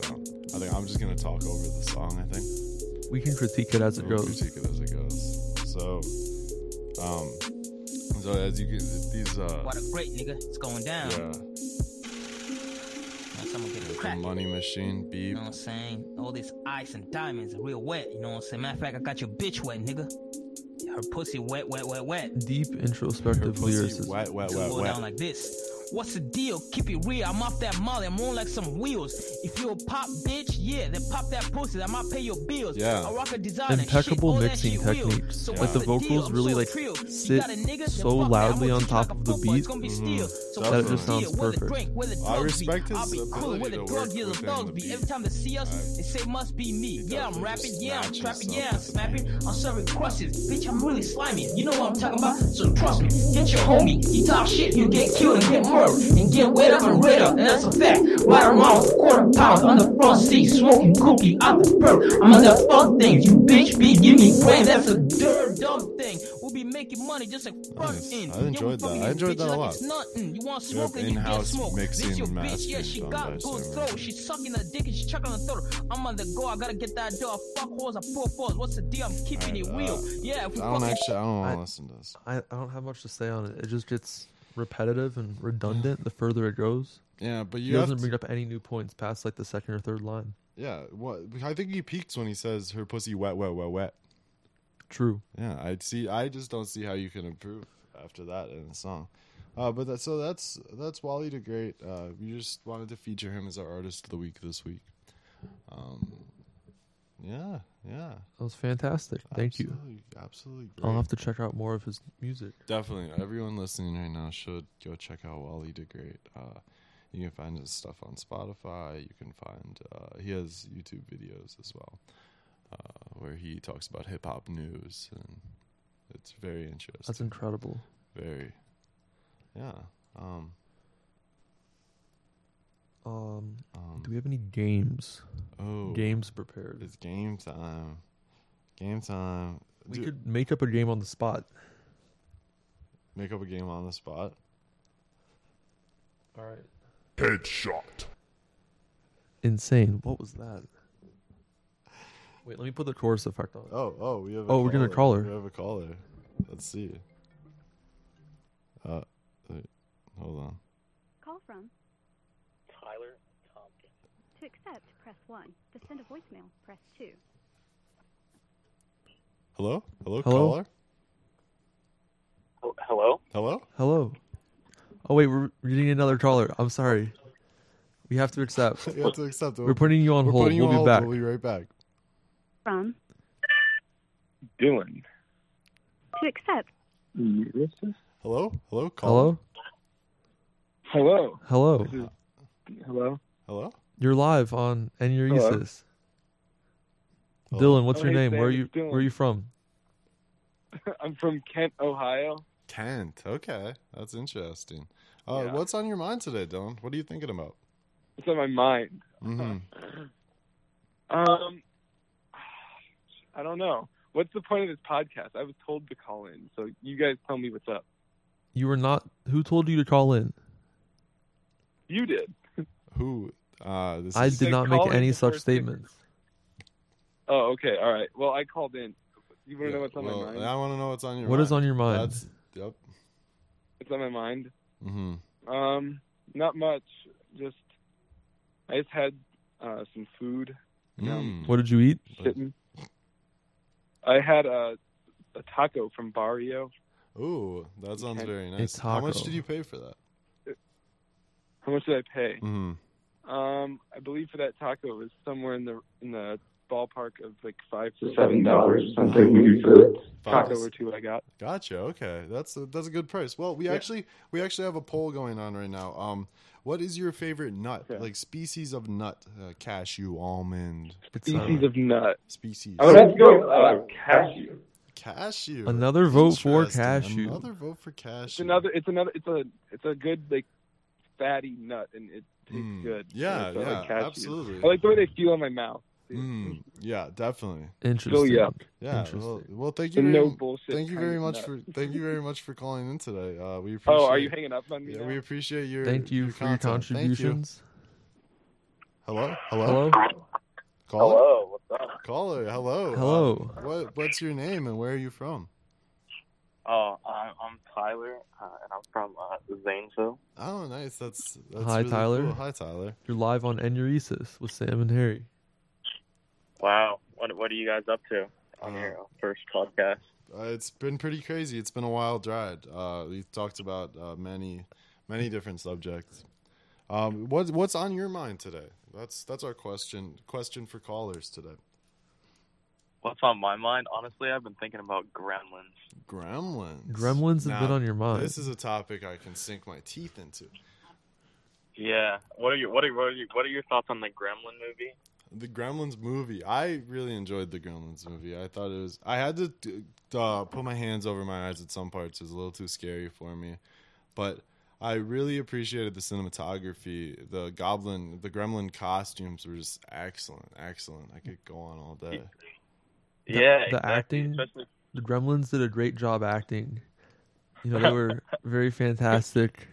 A: So, I think I'm just gonna talk over the song. I think
B: We can critique it as it
A: we'll
B: goes.
A: critique it as it goes. So, um, so as you get these, uh,
I: What a great nigga. It's going down.
A: yeah,
I: Once I'm gonna get a
A: the
I: crack.
A: money machine
I: You
A: beep.
I: know what I'm saying? All this ice and diamonds are real wet. You know what I'm saying? Matter of fact, I got your bitch wet, nigga. Her pussy wet, wet, wet, wet.
B: Deep introspective
A: Pussy
B: lyricism.
A: wet, wet,
I: Just
A: wet,
I: go down
A: wet.
I: like this. What's the deal? Keep it real. I'm off that molly. I'm on like some wheels. If you a pop bitch, yeah, then pop that pussy. I might pay your bills.
A: Yeah.
I: I rock a designer.
B: Impeccable
I: shit, all that
B: mixing
I: shit real.
B: techniques.
I: So
A: Yeah.
B: Like
I: what's
B: the
I: deal?
B: vocals
I: I'm
B: really
I: so
B: like
I: trill. You
B: sit
I: got a nigga? Then
B: so
I: fuck that.
B: loudly
I: I'ma
B: on
I: treat you
B: top
I: like
B: of
I: a
B: the
I: fuckboy. It's
B: beat.
I: gonna be steel. So
A: That
I: what's
A: it
I: the
A: just
B: sounds
I: deal? Where the
B: perfect.
I: drink, where the
A: Mm-hmm. I
I: drugs
A: respect
I: be?
A: his
I: I'll be cool
A: ability
I: where the
A: to
I: drug
A: work
I: dealers
A: within
I: thugs
A: the
I: be.
A: beat.
I: Every time they see us,
A: I-
I: they say must be me. Yeah, I'm
A: definitely
I: rapping.
A: just
I: Yeah, I'm
A: matches
I: trapping.
A: up
I: Yeah, I'm
A: with the
I: snapping.
A: beat.
I: I'm serving crushes. Bitch, I'm really slimy. You know what I'm talking about? So trust me. Get your homie. You talk shit, you get killed and get murdered. And get wet up and red up. And that's a fact. Right around quarter pound on the front seat. Smoking cookie out the perk. I'm on that fuck thing. You bitch be give me brain. That's a dirt dumb thing. We'll be making money just like front
A: Nice.
I: end.
A: I
I: Yeah, we
A: enjoyed that.
I: fucking
A: I
I: this
A: enjoyed
I: bitch
A: that a
I: like
A: lot.
I: it's Nothing. You want
A: You have
I: smoke and you get
A: in-house
I: smoke.
A: mixing
I: This your bitch, yeah,
A: mastering
I: she
A: done by
I: got good
A: Simon.
I: throw. She sucking the dick and she chucking the throat. I'm on the go. I gotta get that dough. I Fuck hoes, I pull fours. What's the deal? I'm keeping
A: Alright,
I: it
A: uh,
I: real. yeah, if we
A: I don't
I: fucking
A: actually, I don't want
B: I-
A: to listen to this.
B: I, I don't have much to say on it. It just gets repetitive and redundant the further it goes.
A: Yeah, but
B: He
A: you have
B: doesn't
A: to,
B: bring up any new points past like the second or third line.
A: yeah. What I think he peaks when he says her pussy wet, wet, wet, wet.
B: True.
A: Yeah, I see. I just don't see how you can improve after that in a song. Uh, but that, so that's that's Wally the Great. Uh, we just wanted to feature him as our artist of the week this week. Um, yeah, yeah.
B: That was fantastic. Thank you.
A: absolutely, Absolutely great.
B: I'll have to check out more of his music.
A: Definitely, everyone listening right now should go check out Wally the Great. Uh, you can find his stuff on Spotify. You can find uh, he has YouTube videos as well, uh, where he talks about hip hop news, and it's very interesting.
B: That's incredible.
A: Very. Yeah. Um.
B: Um,
A: um
B: do we have any games?
A: oh,
B: Games prepared.
A: It's game time. Game time.
B: We
A: Dude,
B: could make up a game on the spot.
A: make up a game on the spot.
B: All right.
J: Headshot.
B: Insane. What was that? Wait, let me put the chorus effect on.
A: Oh, oh, we have. A
B: Oh, we're gonna call her.
A: caller. We have a caller. Let's see. Uh, wait, hold on.
D: Call from
E: Tyler Tompkins.
D: to accept, press one. To send a voicemail, press two.
A: Hello.
B: Hello?
A: Hello, caller.
E: Hel- Hello?
A: Hello. [LAUGHS]
B: Hello. Oh wait, we're reading another caller. I'm sorry. We have to accept.
A: [LAUGHS] You have to accept. it.
B: We're putting you on
A: We're
B: hold.
A: putting you
B: We'll
A: on
B: be
A: hold,
B: back.
A: We'll be right back.
D: From
C: Doing.
D: to accept,
A: Hello. Hello, caller.
B: Hello?
C: Hello.
B: Hello.
C: Hello.
A: Hello.
B: You're live on Enuresis.
A: Hello?
B: Dylan, what's
C: Oh,
B: your
C: hey,
B: name? Where are
C: Sam,
B: you
C: it's Dylan.
B: where are you from?
C: I'm from Kent, Ohio.
A: Kent. Okay, that's interesting. Uh,
C: Yeah.
A: what's on your mind today, Dylan? What are you thinking about?
C: It's on my mind.
A: hmm
C: Um, I don't know. What's the point of this podcast? I was told to call in, so you guys tell me what's up.
B: You were not who told you to call in?
C: You did.
A: Who? Uh, this
B: I
A: is,
B: did
C: said
B: not
C: call
B: make
C: in
B: any
C: before
B: such
C: six.
B: statements.
C: Oh, okay. All right. Well, I called in. You want to
A: Yeah,
C: know what's on
A: well,
C: my mind?
A: I want to know what's on your
B: What
A: mind.
B: is on your mind?
A: That's yep.
C: It's on my mind.
A: Mm-hmm.
C: Um, not much. Just, I just had uh, some food No.
A: Mm.
B: What did you eat?
C: sitting. I had a, a taco from Barrio.
A: Mm. Ooh, that sounds
C: Okay.
A: very
B: A
A: nice. How much
B: taco.
A: did you pay for that?
C: How much did I pay?
A: Mm-hmm.
C: Um, I believe for that taco it was somewhere in the in the ballpark of like five to
G: Seven
C: seven
G: dollars something new for
C: taco or two I got.
A: Gotcha. Okay, that's a, that's a good price. Well, we
C: Yeah.
A: actually we actually have a poll going on right now. Um, what is your favorite nut?
C: Okay.
A: Like species of nut? Uh, cashew, almond,
B: It's, uh,
C: Species of nut.
G: Oh,
E: Oh,
A: species.
G: I would have to go uh, cashew.
A: Cashew.
B: Another vote for
A: Interesting.
B: cashew.
A: Another vote for cashew.
E: It's another. It's another. It's a. It's a good like fatty nut, and it tastes
A: Mm.
E: good.
A: Yeah,
E: And so I like
A: yeah,
E: cashews.
A: absolutely.
E: I like the way they feel in my mouth.
A: Mm, yeah, definitely.
B: Interesting.
E: yuck.
A: Yeah. Well,
B: Interesting.
A: well, thank
E: The
A: you. Very,
E: no bullshit.
A: thank you
E: kind
A: very
E: of
A: much
E: nut.
A: for thank you very much for calling in today. Uh, we appreciate.
E: [LAUGHS] Oh, are you hanging up on me?
A: yeah,
E: now?
A: we appreciate your.
B: Thank you
A: your
B: for your
A: content. Thank you.
B: contributions.
A: Hello.
B: Hello.
A: Hello. Caller.
K: Hello, what's up?
A: Caller. Hello. Uh,
B: Hello.
A: what What's your name and where are you from?
K: Oh, I'm, I'm Tyler, uh, and I'm from uh, Zanesville.
A: Oh, nice. That's, that's
B: Hi,
A: really
B: Tyler.
A: cool. Hi, Tyler.
B: You're live on Enuresis with Sam and Harry.
K: Wow, what what are you guys up to on
A: Uh,
K: your first podcast?
A: Uh, it's been pretty crazy. It's been a wild ride. Uh, we've talked about uh, many, many different subjects. Um, what What's on your mind today? That's that's our question. Question for callers today.
K: What's on my mind? Honestly, I've been thinking about Gremlins.
A: Gremlins.
B: Gremlins
A: Now,
B: have been on your mind.
A: This is a topic I can sink my teeth into.
K: Yeah. What are your what are, what are your what are your thoughts on the Gremlin movie?
A: The Gremlins movie. I really enjoyed the Gremlins movie. I thought it was. I had to d- uh, put my hands over my eyes at some parts. It was a little too scary for me, but I really appreciated the cinematography. The goblin, the Gremlin costumes were just excellent, excellent. I could go on all day.
B: The-
K: yeah,
B: the
K: exactly.
B: acting-
K: Especially,
B: the Gremlins did a great job acting. You know, they
A: [LAUGHS]
B: were very fantastic.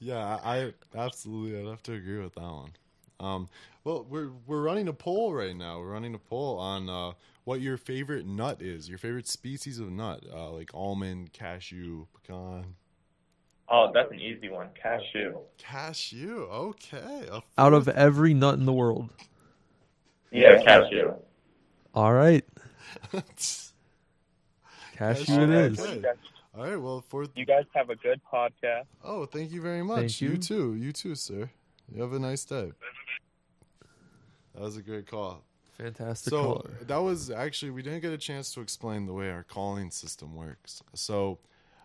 A: Yeah, I I absolutely. I'd have to agree with that one. Um, well, we're we're running a poll right now. We're running a poll on uh, what your favorite nut is, your favorite species of nut, uh, like almond, cashew, pecan.
K: oh, that's an easy one. Cashew.
A: Cashew. Okay. A
B: Out of
A: fourth-
B: every nut in the world.
K: Yeah, cashew.
B: All right. [LAUGHS]
A: [LAUGHS]
B: Cashew it
A: Cashew.
B: is.
A: Okay.
K: You guys,
A: All right. Well, fourth.
K: you guys have a good podcast.
A: Oh, thank you very much.
B: Thank
A: you
B: you.
A: too. You too, sir. You have a nice day. That was a great call.
B: Fantastic
A: so
B: color.
A: that was actually we didn't get a chance to explain the way our calling system works so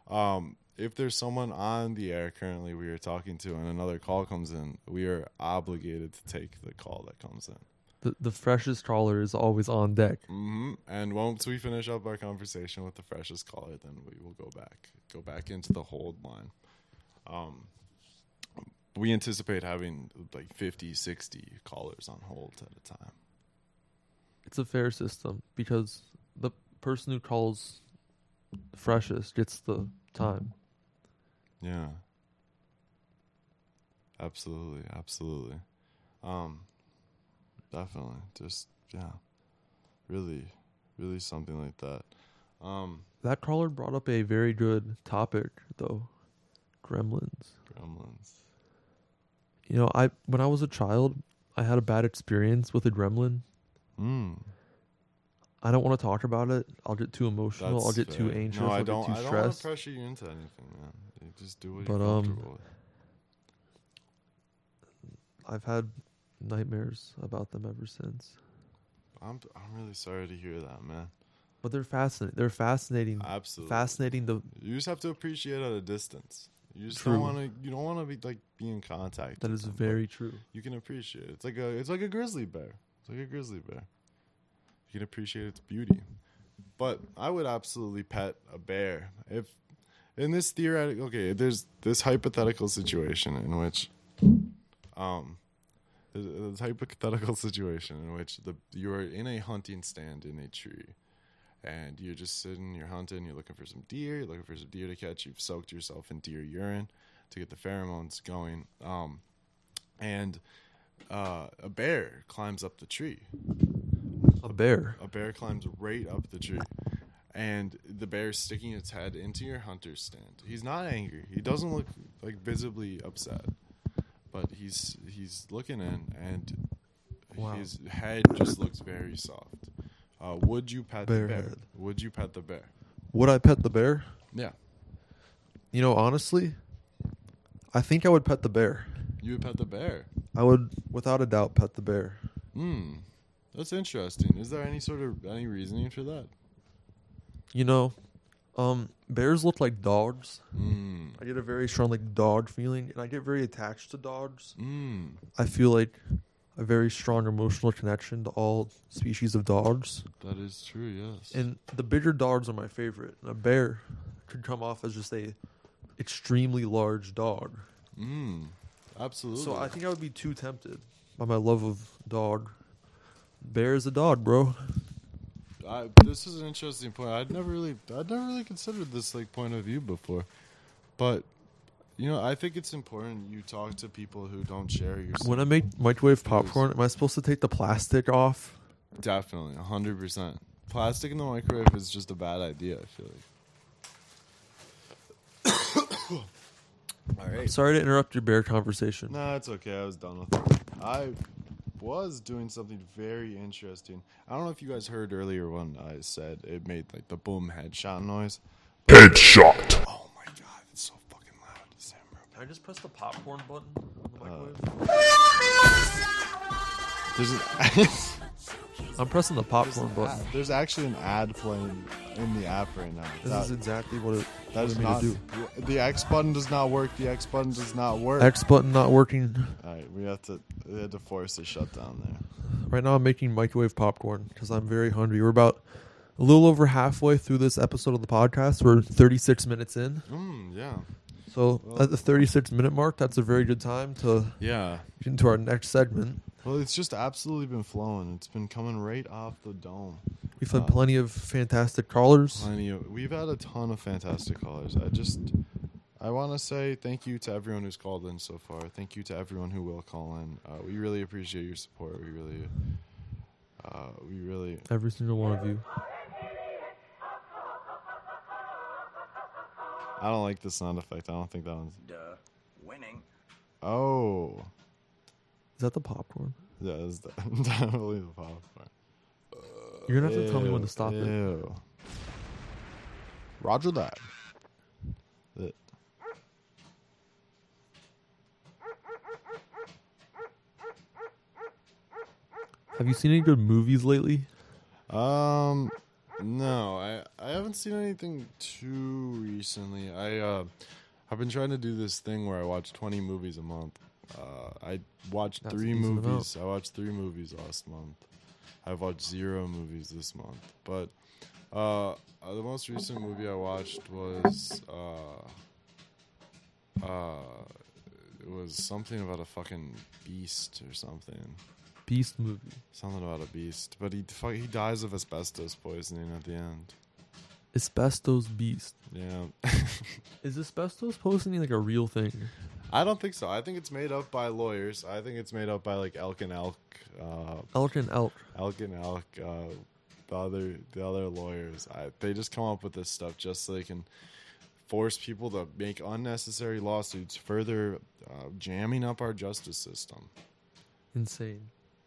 A: um, if there's someone on the air currently we are talking to and another call comes in we are obligated to take the call that comes in
B: The, the freshest caller is always on deck.
A: hmm and once we finish up our conversation with the freshest caller then we will go back go back into the hold line um, we anticipate having like 50 60 callers on hold at a time
B: It's a fair system because the person who calls freshest gets the time.
A: Yeah. Absolutely, absolutely. Um definitely. Just yeah. Really really something like that. Um
B: That caller brought up a very good topic, though gremlins.
A: gremlins.
B: You know, I when I was a child, I had a bad experience with a gremlin.
A: Mm.
B: I don't want to talk about it. I'll get too emotional. I'll
A: that's
B: get too
A: fair.
B: anxious.
A: No,
B: I'll
A: I don't
B: get too
A: I don't want to
B: stressed.
A: pressure you into anything, man. You just do what
B: But,
A: you're
B: um,
A: comfortable with.
B: I've had nightmares about them ever since.
A: I'm I'm really sorry to hear that, man.
B: But they're fascinating. They're fascinating.
A: Absolutely.
B: Fascinating. The
A: You just have to appreciate at a distance. You just
B: True.
A: don't want to you don't want to be like be in contact.
B: that
A: with
B: is
A: them, but-
B: very true.
A: you can appreciate it. It's like a it's like a grizzly bear. It's like a grizzly bear. You can appreciate its beauty. But I would absolutely pet a bear if in this theoretical okay, there's this hypothetical situation in which um there's a- this hypothetical [LAUGHS] situation in which the you're in a hunting stand in a tree and you're just sitting, you're hunting, you're looking for some deer, you're looking for some deer to catch, you've soaked yourself in deer urine to get the pheromones going. Um and uh, a bear climbs up the tree.
B: A bear.
A: A bear climbs right up the tree, and the bear's sticking its head into your hunter's stand. He's not angry. He doesn't look like visibly upset, but he's he's looking in, and
B: Wow.
A: his head just looks very soft. Uh, would you pet the
B: Bear
A: bear?
B: head.
A: Would you pet the bear?
B: Would I pet the bear?
A: Yeah,
B: You know, honestly, I think I would pet the bear.
A: you would pet the bear.
B: I would, without a doubt, pet the bear.
A: Hmm, that's interesting. Is there any sort of any reasoning for that?
B: You know, um, bears look like dogs.
A: Hmm.
B: I get a very strong like dog feeling, and I get very attached to dogs.
A: Mm.
B: I feel like a very strong emotional connection to all species of dogs.
A: That is true, yes.
B: And the bigger dogs are my favorite. A bear could come off as just a extremely large dog.
A: Mm, absolutely.
B: So I think I would be too tempted by my love of dog. Bear is a dog, bro.
A: I, this is an interesting point. I'd never really, I'd never really considered this like point of view before, but you know, I think it's important you talk to people who don't share your.
B: When I make microwave popcorn, am I supposed to take the plastic off?
A: Definitely, hundred percent. Plastic in the microwave is just a bad idea. I feel like. All
B: I'm sorry to interrupt your bear conversation.
A: No, it's okay. I was done with it. I was doing something very interesting. I don't know if you guys heard earlier when I said it made like the boom headshot noise.
L: Headshot.
A: Oh my god, it's so fucking loud. Sam,
B: Can I just press the popcorn button on
A: Uh,
B: the microwave?
A: There's an [LAUGHS]
B: I'm pressing the popcorn
A: there's,
B: button.
A: there's actually an ad playing in the app right now.
B: This
A: That-
B: is exactly what it
A: that
B: wanted
A: is
B: me
A: not
B: to do.
A: the X button does not work. The X button does not work.
B: X button not working.
A: All right, we have to we had to force a shutdown there.
B: Right now, I'm making microwave popcorn because I'm very hungry. We're about a little over halfway through this episode of the podcast. We're 36 minutes in.
A: Mm, yeah.
B: So, at the 36 minute mark, that's a very good time to
A: Yeah.
B: get into our next segment.
A: Well, it's just absolutely been flowing. It's been coming right off the dome.
B: We've had
A: Uh,
B: plenty of fantastic callers.
A: Plenty of, we've had a ton of fantastic callers. I just, I want to say thank you to everyone who's called in so far. Thank you to everyone who will call in. Uh, we really appreciate your support. We really, uh, we really.
B: Every single one of you.
A: I don't like the sound effect. I don't think that one's.
I: Duh. Winning.
A: Oh,
B: Is that the popcorn?
A: yeah, that's de- [LAUGHS] definitely the popcorn.
B: You're going to have to tell me when to stop it.
A: ew. Roger that. Uh,
B: Have you seen any good movies lately?
A: Um, no, I I haven't seen anything too recently. I uh, I've been trying to do this thing where I watch twenty movies a month. Uh, I watched
B: That's
A: three
B: a decent
A: movies. I watched three movies last month. I've watched zero movies this month. But uh, uh, the most recent movie I watched was uh, uh, it was something about a fucking beast or something.
B: Beast movie.
A: Something about a beast, but he fu- he dies of asbestos poisoning at the end.
B: Asbestos Beast.
A: Yeah, [LAUGHS]
B: Is asbestos poisoning like a real thing?
A: I don't think so. I think it's made up by lawyers. I think it's made up by like Elk and Elk, uh,
B: Elk and elk.
A: Elk and Elk, uh, the other the other lawyers. I, they just come up with this stuff just so they can force people to make unnecessary lawsuits, further uh, jamming up our justice system.
B: Insane.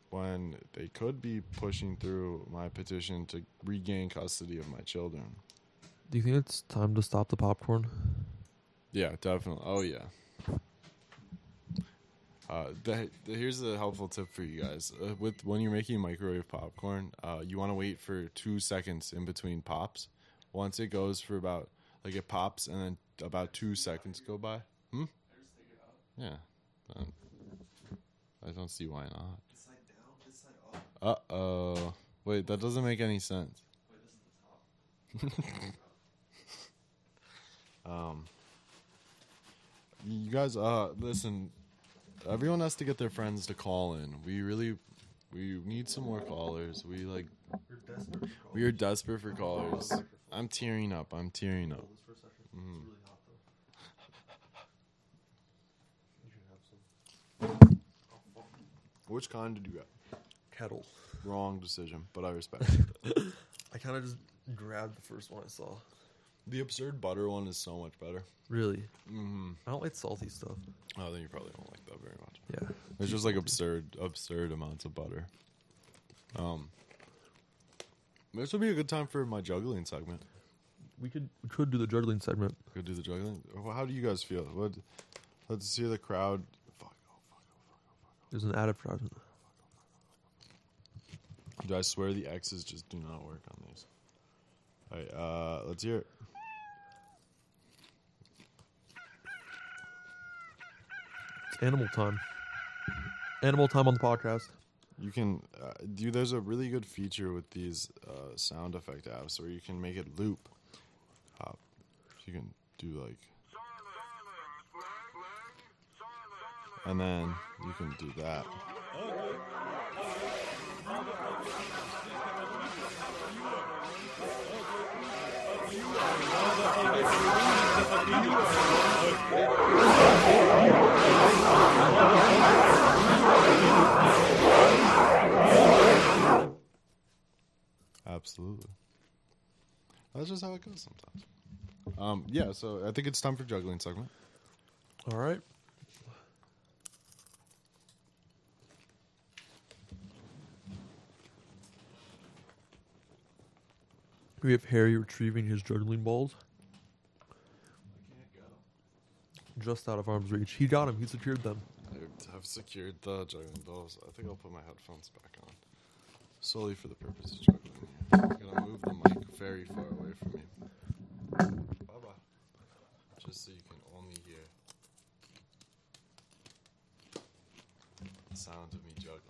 A: When they could be pushing through my petition to regain custody of my children.
B: Do you think it's time to stop the popcorn?
A: Yeah, definitely. Oh yeah. Uh, the, the- here's a helpful tip for you guys. Uh, with when you're making microwave popcorn, uh, you want to wait for two seconds in between pops. Once it goes for about like it pops, and then about two seconds go by. Hmm. Yeah. Um, I don't see why not. Uh oh. Wait, that doesn't make any sense. um, you guys, uh, listen. Everyone has to get their friends to call in. We really, we need some more callers. We like, we are desperate for callers. I'm tearing up. I'm tearing up. Mhm. Which kind did you get?
B: Kettle.
A: Wrong decision, but I respect it.
B: I kind of just grabbed the first one I saw.
A: [LAUGHS] The absurd butter one is so much better.
B: Really?
A: Mm-hmm.
B: I don't like salty stuff.
A: Oh, then you probably won't like that very much.
B: Yeah.
A: It's just like absurd, absurd amounts of butter. Um, this would be a good time for my juggling segment.
B: We could we could do the juggling segment.
A: Go do the juggling. Well, How do you guys feel? What? Let's hear the crowd. Fuck.
B: There's an advertisement.
A: Dude, I swear the X's just do not work on these. All right, uh, let's hear it.
B: It's animal time. Animal time on the podcast.
A: You can, uh, you, there's a really good feature with these uh, sound effect apps where you can make it loop. Uh, you can do like, and then you can do that. Absolutely. That's just how it goes sometimes. Um, yeah, so I think it's time for juggling segment.
B: All right. We have Harry retrieving his juggling balls. Just out of arm's reach. He got him. He secured them.
A: I have secured the juggling balls. I think I'll put my headphones back on. Solely for the purpose of juggling. I'm gonna move the mic very far away from me. Bye bye. Just so you can only hear the sound of me juggling.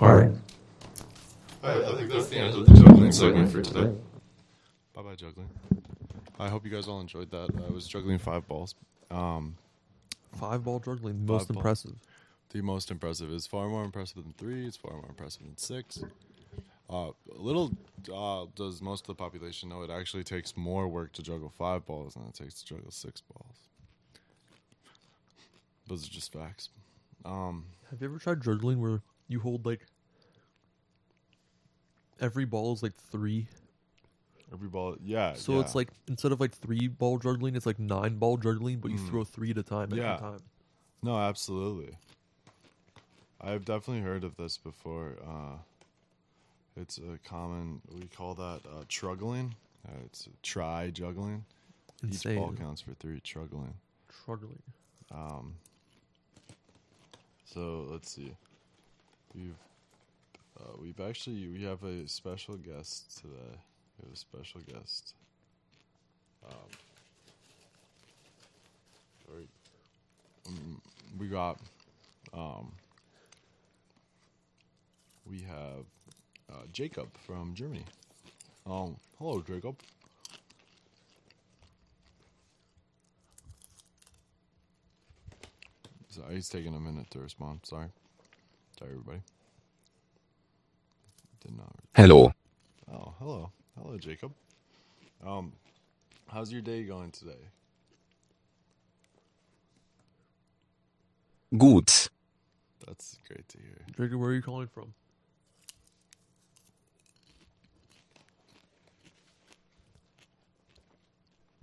B: All right.
A: Alright, I think that's the end of the juggling segment for today. Bye bye, juggling. I hope you guys all enjoyed that. I was juggling five balls. Um,
B: Five ball juggling, the most
A: Five ball.
B: impressive.
A: the most impressive is far more impressive than three. It's far more impressive than six. Uh, little uh, does most of the population know it actually takes more work to juggle five balls than it takes to juggle six balls. Those are just facts. Um,
B: Have you ever tried juggling where you hold like every ball is like three?
A: every ball, yeah.
B: So it's
A: yeah.
B: like instead of like three ball juggling, it's like nine ball juggling, but you
A: Mm.
B: throw three at a time at
A: Yeah.
B: a time.
A: No, absolutely. I've definitely heard of this before. Uh, it's a common. We call that uh, truggling. Uh, it's try juggling. Each ball
B: Insane.
A: counts for three. Truggling.
B: Juggling.
A: Um, so let's see. We've uh, we've actually we have a special guest today. We have a special guest. Um, right. Um, we got um, we have uh, Jacob from Germany. Um, hello, Jacob. So he's taking a minute to respond. Sorry. Sorry, everybody. Did not.
L: Hello.
A: Oh, hello. Hello, Jacob. Um, how's your day going today?
L: Gut.
A: That's great to hear.
B: Jacob, where are you calling from?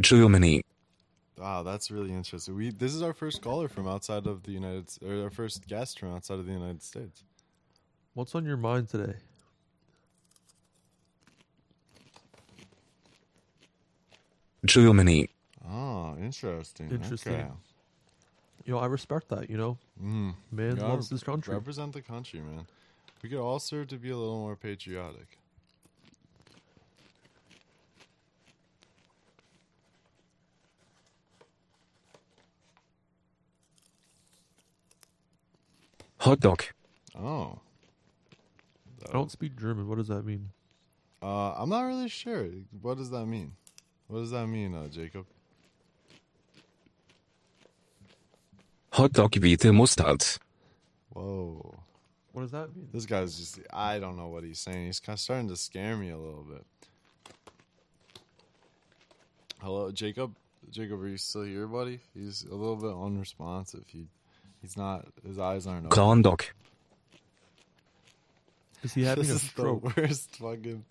L: Germany.
A: Wow, that's really interesting. We this is our first caller from outside of the United S- or our first guest from outside of the United States.
B: What's on your mind today?
L: Germany.
A: Oh, interesting.
B: Interesting.
A: Okay.
B: You know, I respect that, you know?
A: Mm.
B: Man
A: Yeah,
B: loves this country.
A: Represent the country, man. We could all serve to be a little more patriotic.
L: Hotdog.
A: Oh.
B: I don't speak German. What does that mean?
A: Uh, I'm not really sure. What does that mean? What does that mean, uh, Jacob?
L: Hotdog with mustard.
A: Whoa.
B: What does that mean?
A: [LAUGHS] This guy's just, I don't know what he's saying. He's kind of starting to scare me a little bit. Hello, Jacob. Jacob, are you still here, buddy? He's a little bit unresponsive. He, he's not. His eyes aren't open.
L: Corn dog.
B: Is he having
A: this
B: a
A: is
B: stroke?
A: The worst fucking.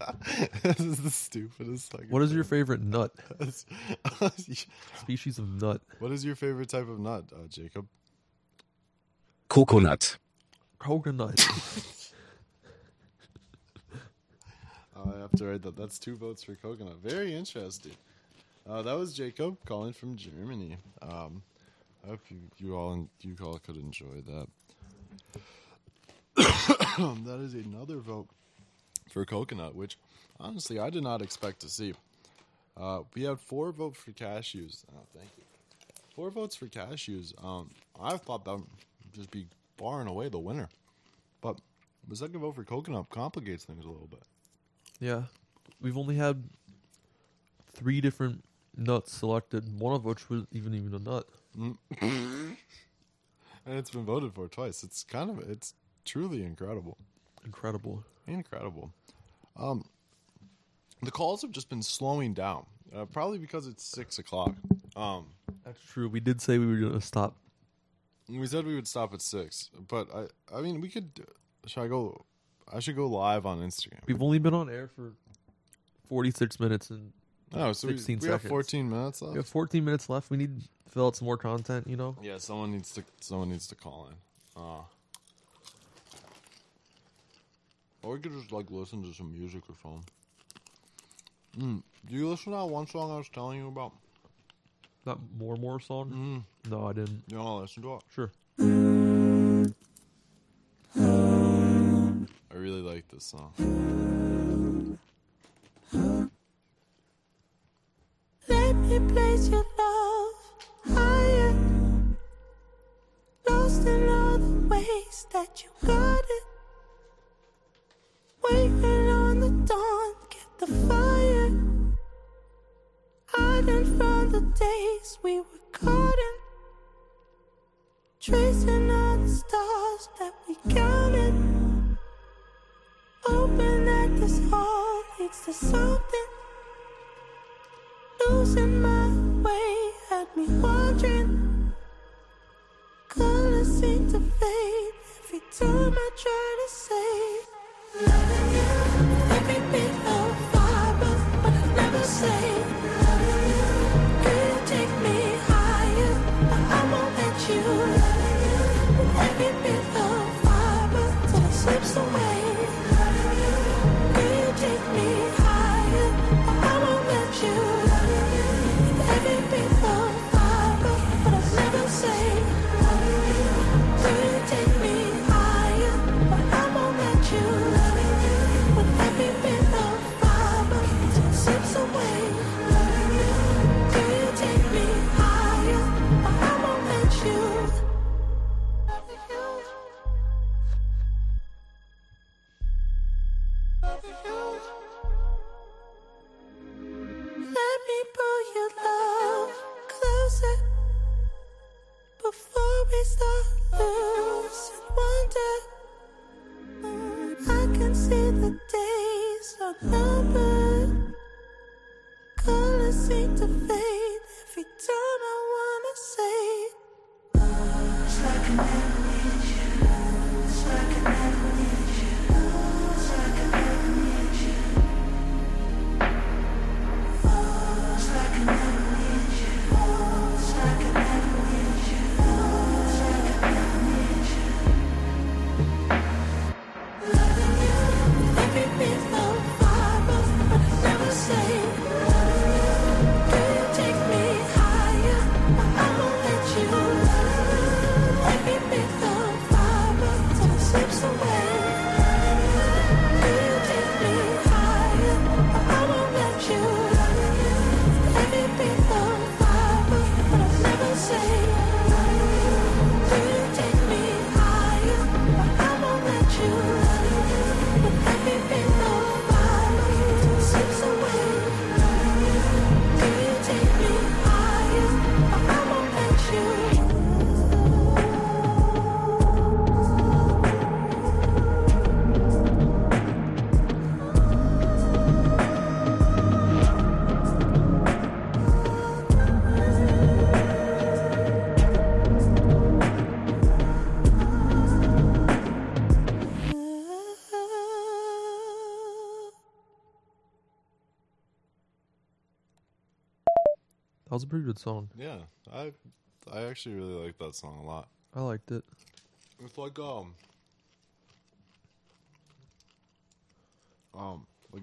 A: [LAUGHS] this is the stupidest fucking.
B: What is your favorite nut?
A: Species
B: of nut.
A: [LAUGHS] What is your favorite type of nut, uh, Jacob?
L: Coconut.
B: Coconut. [LAUGHS]
A: Uh, I have to write that. That's two votes for coconut. Very interesting. Uh, that was Jacob calling from Germany. Um, I hope you, you all you all could enjoy that. [COUGHS] that is another vote for coconut, which honestly I did not expect to see. Uh, we had four votes for cashews. Oh, thank you. Four votes for cashews. Um, I thought that would just be far and away the winner, but the second vote for coconut complicates things a little bit.
B: yeah. We've only had three different nuts selected, one of which was even even a nut.
A: and it's been voted for twice. It's kind of it's truly incredible.
B: Incredible.
A: Incredible. Um the calls have just been slowing down. Uh, probably because it's six o'clock. Um
B: That's true. We did say we were gonna stop.
A: we said we would stop at six, but I I mean we could should I go I should go live on Instagram.
B: We've only been on air for forty six minutes and
A: Oh, so we-
B: 16
A: we have
B: seconds.
A: 14 minutes
B: We
A: left?
B: have fourteen minutes left. We need to fill out some more content, you know?
A: Yeah, someone needs to someone needs to call in. Uh or we could just like listen to some music or phone. Mm. Do you listen to that one song I was telling you about?
B: That more more song? No, I didn't.
A: You wanna listen to it?
B: Mm. Sure.
A: I really like this song.
I: Let me place your love higher. Lost in all the ways that you got it. Waiting on the dawn, get the fire. Hiding from the days we were caught in. Tracing all the stars that we counted. Hoping that this all leads to something. Losing my way had me wandering. Colors seem to fade every time I try to say. Loving you, every bit of fiber, but I never say. Loving you, could you take me higher? But I won't let you. Loving you, every bit of fiber till it slips away. Loving you, could you take me higher? But I won't let you. Loving you, every bit of fiber, but I never say. Loving you, could you take me higher? But I won't let you. Loving you, with every bit of fiber till it slips away. Loving you, could you take me higher? But I won't let you. Let me pull your love closer before we start losing wonder. I can see the days are numbered. Colors seem to fade every time I wanna say. It's like I never need you. It's like I never need you. It's like I never need you. It's like I never need you. It's like I never need you. It's like I never need you. Loving you, every bit of fiber, but I never say. Loving you, do you take me higher?
B: That was a pretty good song.
A: Yeah, I I actually really like that song a lot.
B: I liked it.
A: It's like um um like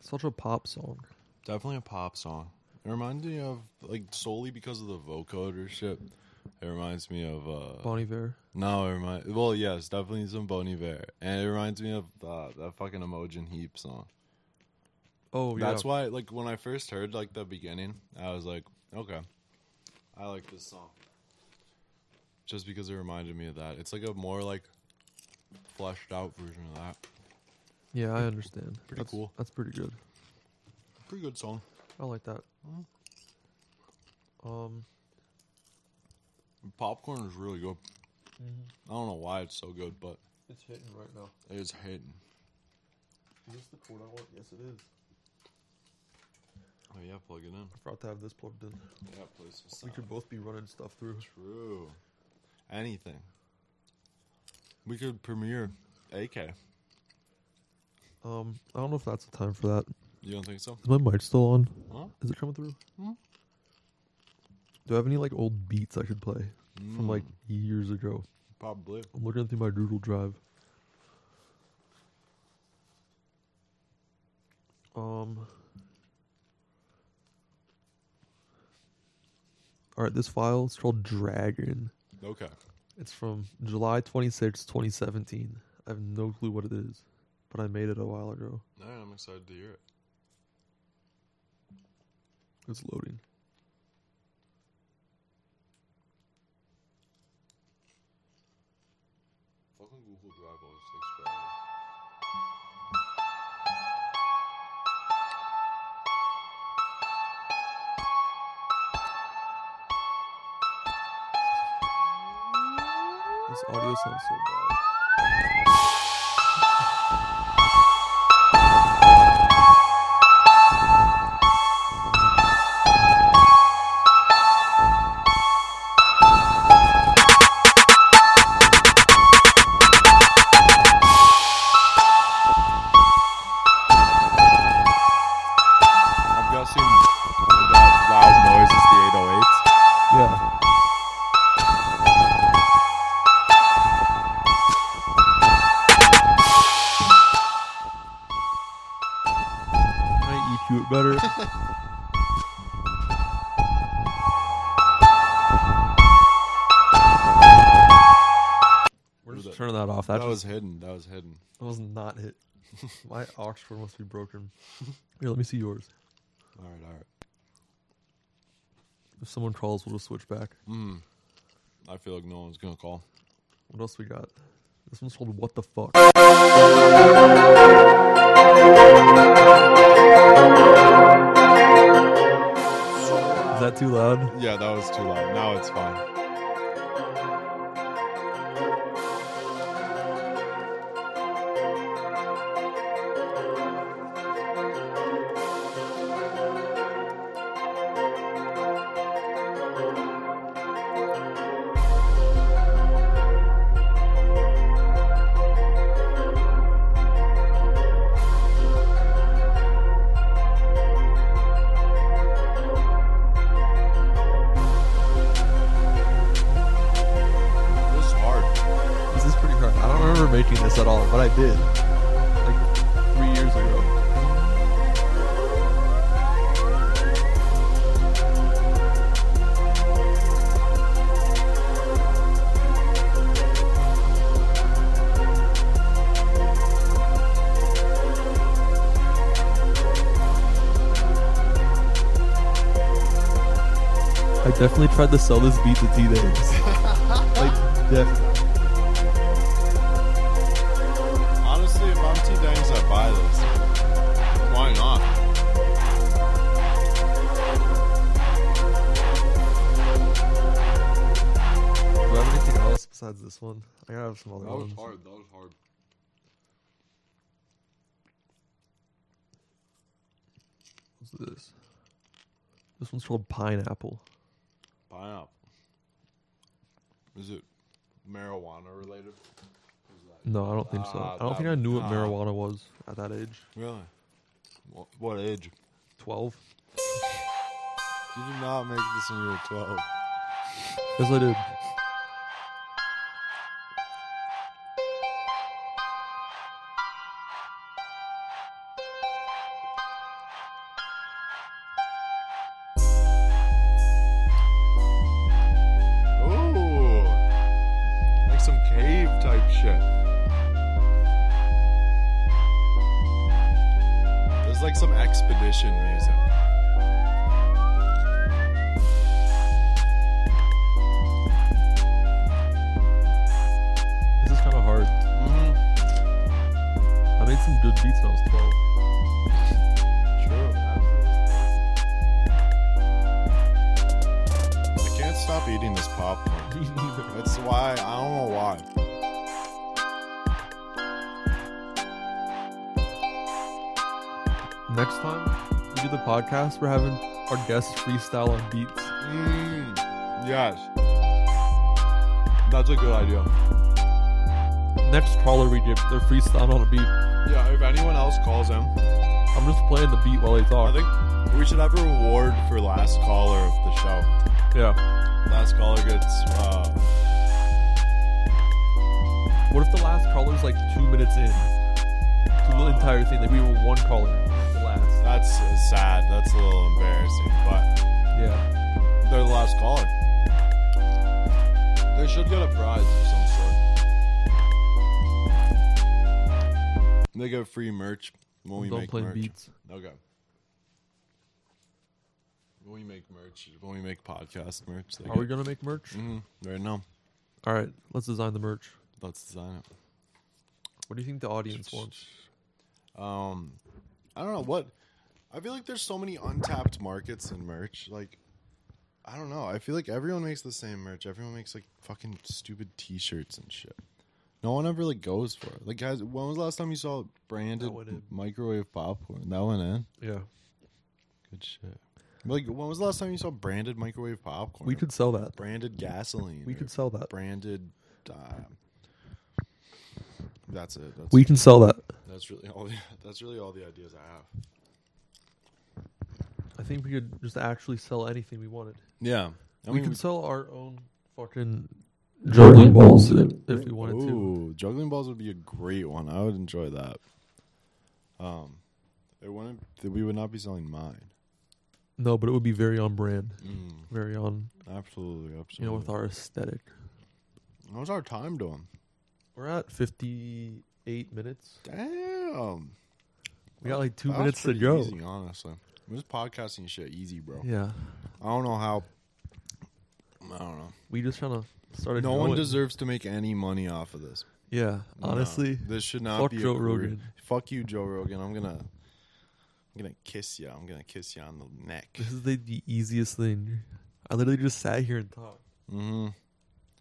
B: Such a pop song.
A: definitely a pop song. It reminds me of like solely because of the vocodership. It reminds me of uh
B: Bon Iver.
A: No, it remind well yeah, it's definitely some Bon Iver. And it reminds me of uh, that fucking Emojin Heap song.
B: Oh yeah.
A: That's why like when I first heard like the beginning, I was like, okay. I like this song. Just because it reminded me of that. It's like a more like fleshed out version of that.
B: Yeah, I understand.
A: Pretty
B: That's-
A: cool.
B: That's pretty good.
A: Pretty good song.
B: I like that. Um,
A: Popcorn is really good.
B: Mhm.
A: I don't know why it's so good, but
B: it's hitting right now.
A: it's hitting.
B: Is this the cord I want? Yes, it is.
A: Oh yeah, plug it in.
B: I forgot to have this plugged in.
A: Yeah, please.
B: We could both be running stuff through.
A: True. Anything. We could premiere AK.
B: Um, I don't know if that's the time for that.
A: You don't think so?
B: Is my mic still on?
A: Huh?
B: Is it coming through?
A: Hmm?
B: Do I have any like old beats I should play from like
A: Hmm.
B: years ago?
A: Mm, Probably.
B: I'm looking through my Google Drive. Um. All right, this file is called Dragon.
A: Okay.
B: It's from July 26, 2017. I have no clue what it is, but I made it a while ago.
A: Alright, I'm excited to hear it.
B: It's loading.
A: Fucking Google Drive always takes forever.
B: This audio sounds so bad.
A: I'm guessing that loud noise is the 808s.
B: Yeah. Can I EQ it better? We're just turning that off. That,
A: That,
B: just-
A: was hidden. That was hidden.
B: that [LAUGHS] was not hit. [LAUGHS] My Oxford must be broken. [LAUGHS] Here, let me see yours.
A: Alright, alright.
B: If someone calls, we'll just switch back.
A: Mm. I feel like no one's gonna call.
B: What else we got? This one's called What the Fuck. Is that too loud?
A: Yeah, that was too loud. Now it's fine. This is hard.
B: This is pretty hard. I don't remember making this at all, but I did. Like three years ago. I definitely tried to sell this beat to T Davis. like, definitely.
A: Honestly, if I'm T Dangs, I buy this. Why not?
B: Do I have anything else besides this one? I gotta have some other
A: That was
B: ones.
A: hard. That was hard.
B: What's this? This one's called Pineapple.
A: Pineapple. Is it marijuana related? Is that-
B: No, I don't think so.
A: Ah,
B: I don't think
A: that-
B: I knew what
A: ah.
B: marijuana was at that age.
A: Really? What, what age?
B: 12.
A: You did not make this when you were 12.
B: Yes, I did.
A: Ooh. Like some cave type shit. There's like some expedition music.
B: This is kind of hard.
A: Mm-hmm.
B: I made some good beats when I was 12.
A: True. I can't stop eating this
B: [LAUGHS]
A: popcorn. That's why, I don't know why.
B: Next time we do the podcast, we're having our guests freestyle on beats.
A: Mm, yes. That's a good idea.
B: Next trawler we give, they're freestyling on a beat.
A: Yeah, if anyone else calls in,
B: I'm just playing the beat while they
A: I
B: talk.
A: think we should have a reward for last caller of the show.
B: yeah.
A: Last caller gets, uh,
B: What if the last crawler's like two minutes in to the entire thing? Like we were one caller, the last.
A: that's sad. That's a little embarrassing, but
B: Yeah.
A: they're the last caller. They should get a prize of some sort. They get free merch when we
B: Don't
A: make
B: play
A: merch.
B: beats.
A: Okay. When we make merch, when we make podcast merch, they
B: Are
A: get,
B: we gonna make merch?
A: Mhm, right now.
B: All right, let's design the merch.
A: Let's design it.
B: What do you think the audience wants?
A: Um, I don't know what. I feel like there's so many untapped markets in merch. Like, I don't know. I feel like everyone makes the same merch. Everyone makes like fucking stupid T-shirts and shit. No one ever like goes for it. Like, guys, when was the last time you saw branded
B: That went in.
A: microwave popcorn? That went in.
B: Yeah,
A: Good shit. Like, when was the last time you saw branded microwave popcorn?
B: we could sell that.
A: branded gasoline.
B: We
A: or
B: could sell that.
A: branded. Uh, that's it. That's
B: We can sell that.
A: That's really all. The, [LAUGHS] that's really all the ideas I have.
B: I think we could just actually sell anything we wanted.
A: Yeah, I
B: we
A: mean,
B: could sell our own fucking juggling balls if, if we wanted to.
A: Ooh, juggling balls would be a great one. I would enjoy that. Um, it wouldn't. th- We would not be selling mine.
B: No, but it would be very on brand,
A: Mm,
B: very on
A: absolutely, absolutely.
B: you know with our aesthetic.
A: How's our time doing?
B: We're at fifty eight minutes.
A: Damn,
B: We got like two
A: That was
B: minutes to
A: pretty
B: go.
A: Easy, honestly, this podcasting shit easy, bro.
B: Yeah,
A: I don't know how. I don't know.
B: we just trying to start. it
A: no one
B: going.
A: deserves to make any money off of this.
B: Yeah,
A: No,
B: honestly,
A: this should not
B: fuck
A: be a
B: Joe
A: career.
B: Rogan.
A: Fuck you, Joe Rogan. I'm gonna, I'm gonna kiss you. I'm gonna kiss you on the
B: [LAUGHS]
A: neck.
B: this is the, the easiest thing. I literally just sat here and talked,
A: hmm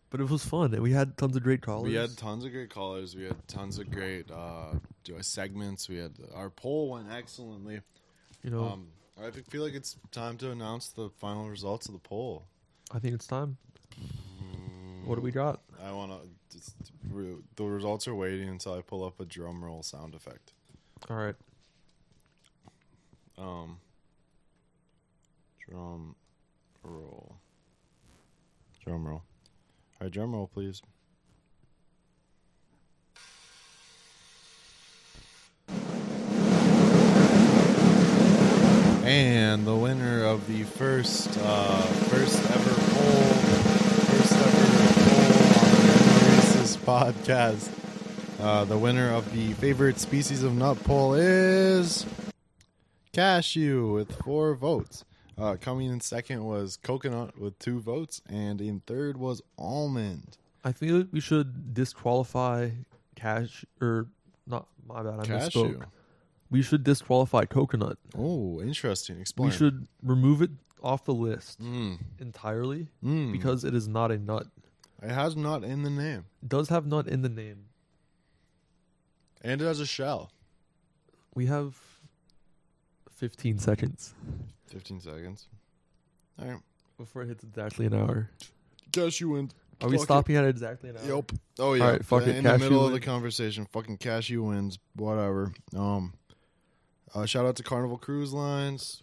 B: but it was fun, and we had tons of great callers.
A: We had tons of great callers. We had tons of great uh, do- segments. We had our poll went excellently.
B: you know,
A: Um, I th- feel like it's time to announce the final results of the poll.
B: I think it's time. What do we got?
A: I want to. The results are waiting until I pull up a drum roll sound effect.
B: All right,
A: Um, drum roll. Drum roll. All right, drum roll, please. And the winner of the first, uh, first ever poll, first ever poll on the Racist podcast. Uh, the winner of the favorite species of nut poll is cashew with four votes. Uh, coming in second was coconut with two votes, and in third was almond.
B: I feel like we should disqualify cash or not. My bad, I
A: Cashew.
B: misspoke. We should disqualify coconut.
A: Oh, interesting. Explain.
B: We should remove it off the list
A: Mm,
B: entirely
A: mm.
B: because it is not a nut.
A: it has nut in the name,
B: It does have nut in the name.
A: and it has a shell.
B: We have fifteen seconds
A: Fifteen seconds. All right,
B: before it hits exactly an hour.
A: cashew wins.
B: Are we
A: Fuck it.
B: stopping at exactly an hour?
A: Yep. Oh yeah.
B: right, fuck it,
A: in the
B: cashew
A: middle of the
B: wins.
A: conversation, fucking cashew wins. Whatever. Um. Uh, shout out to Carnival Cruise Lines,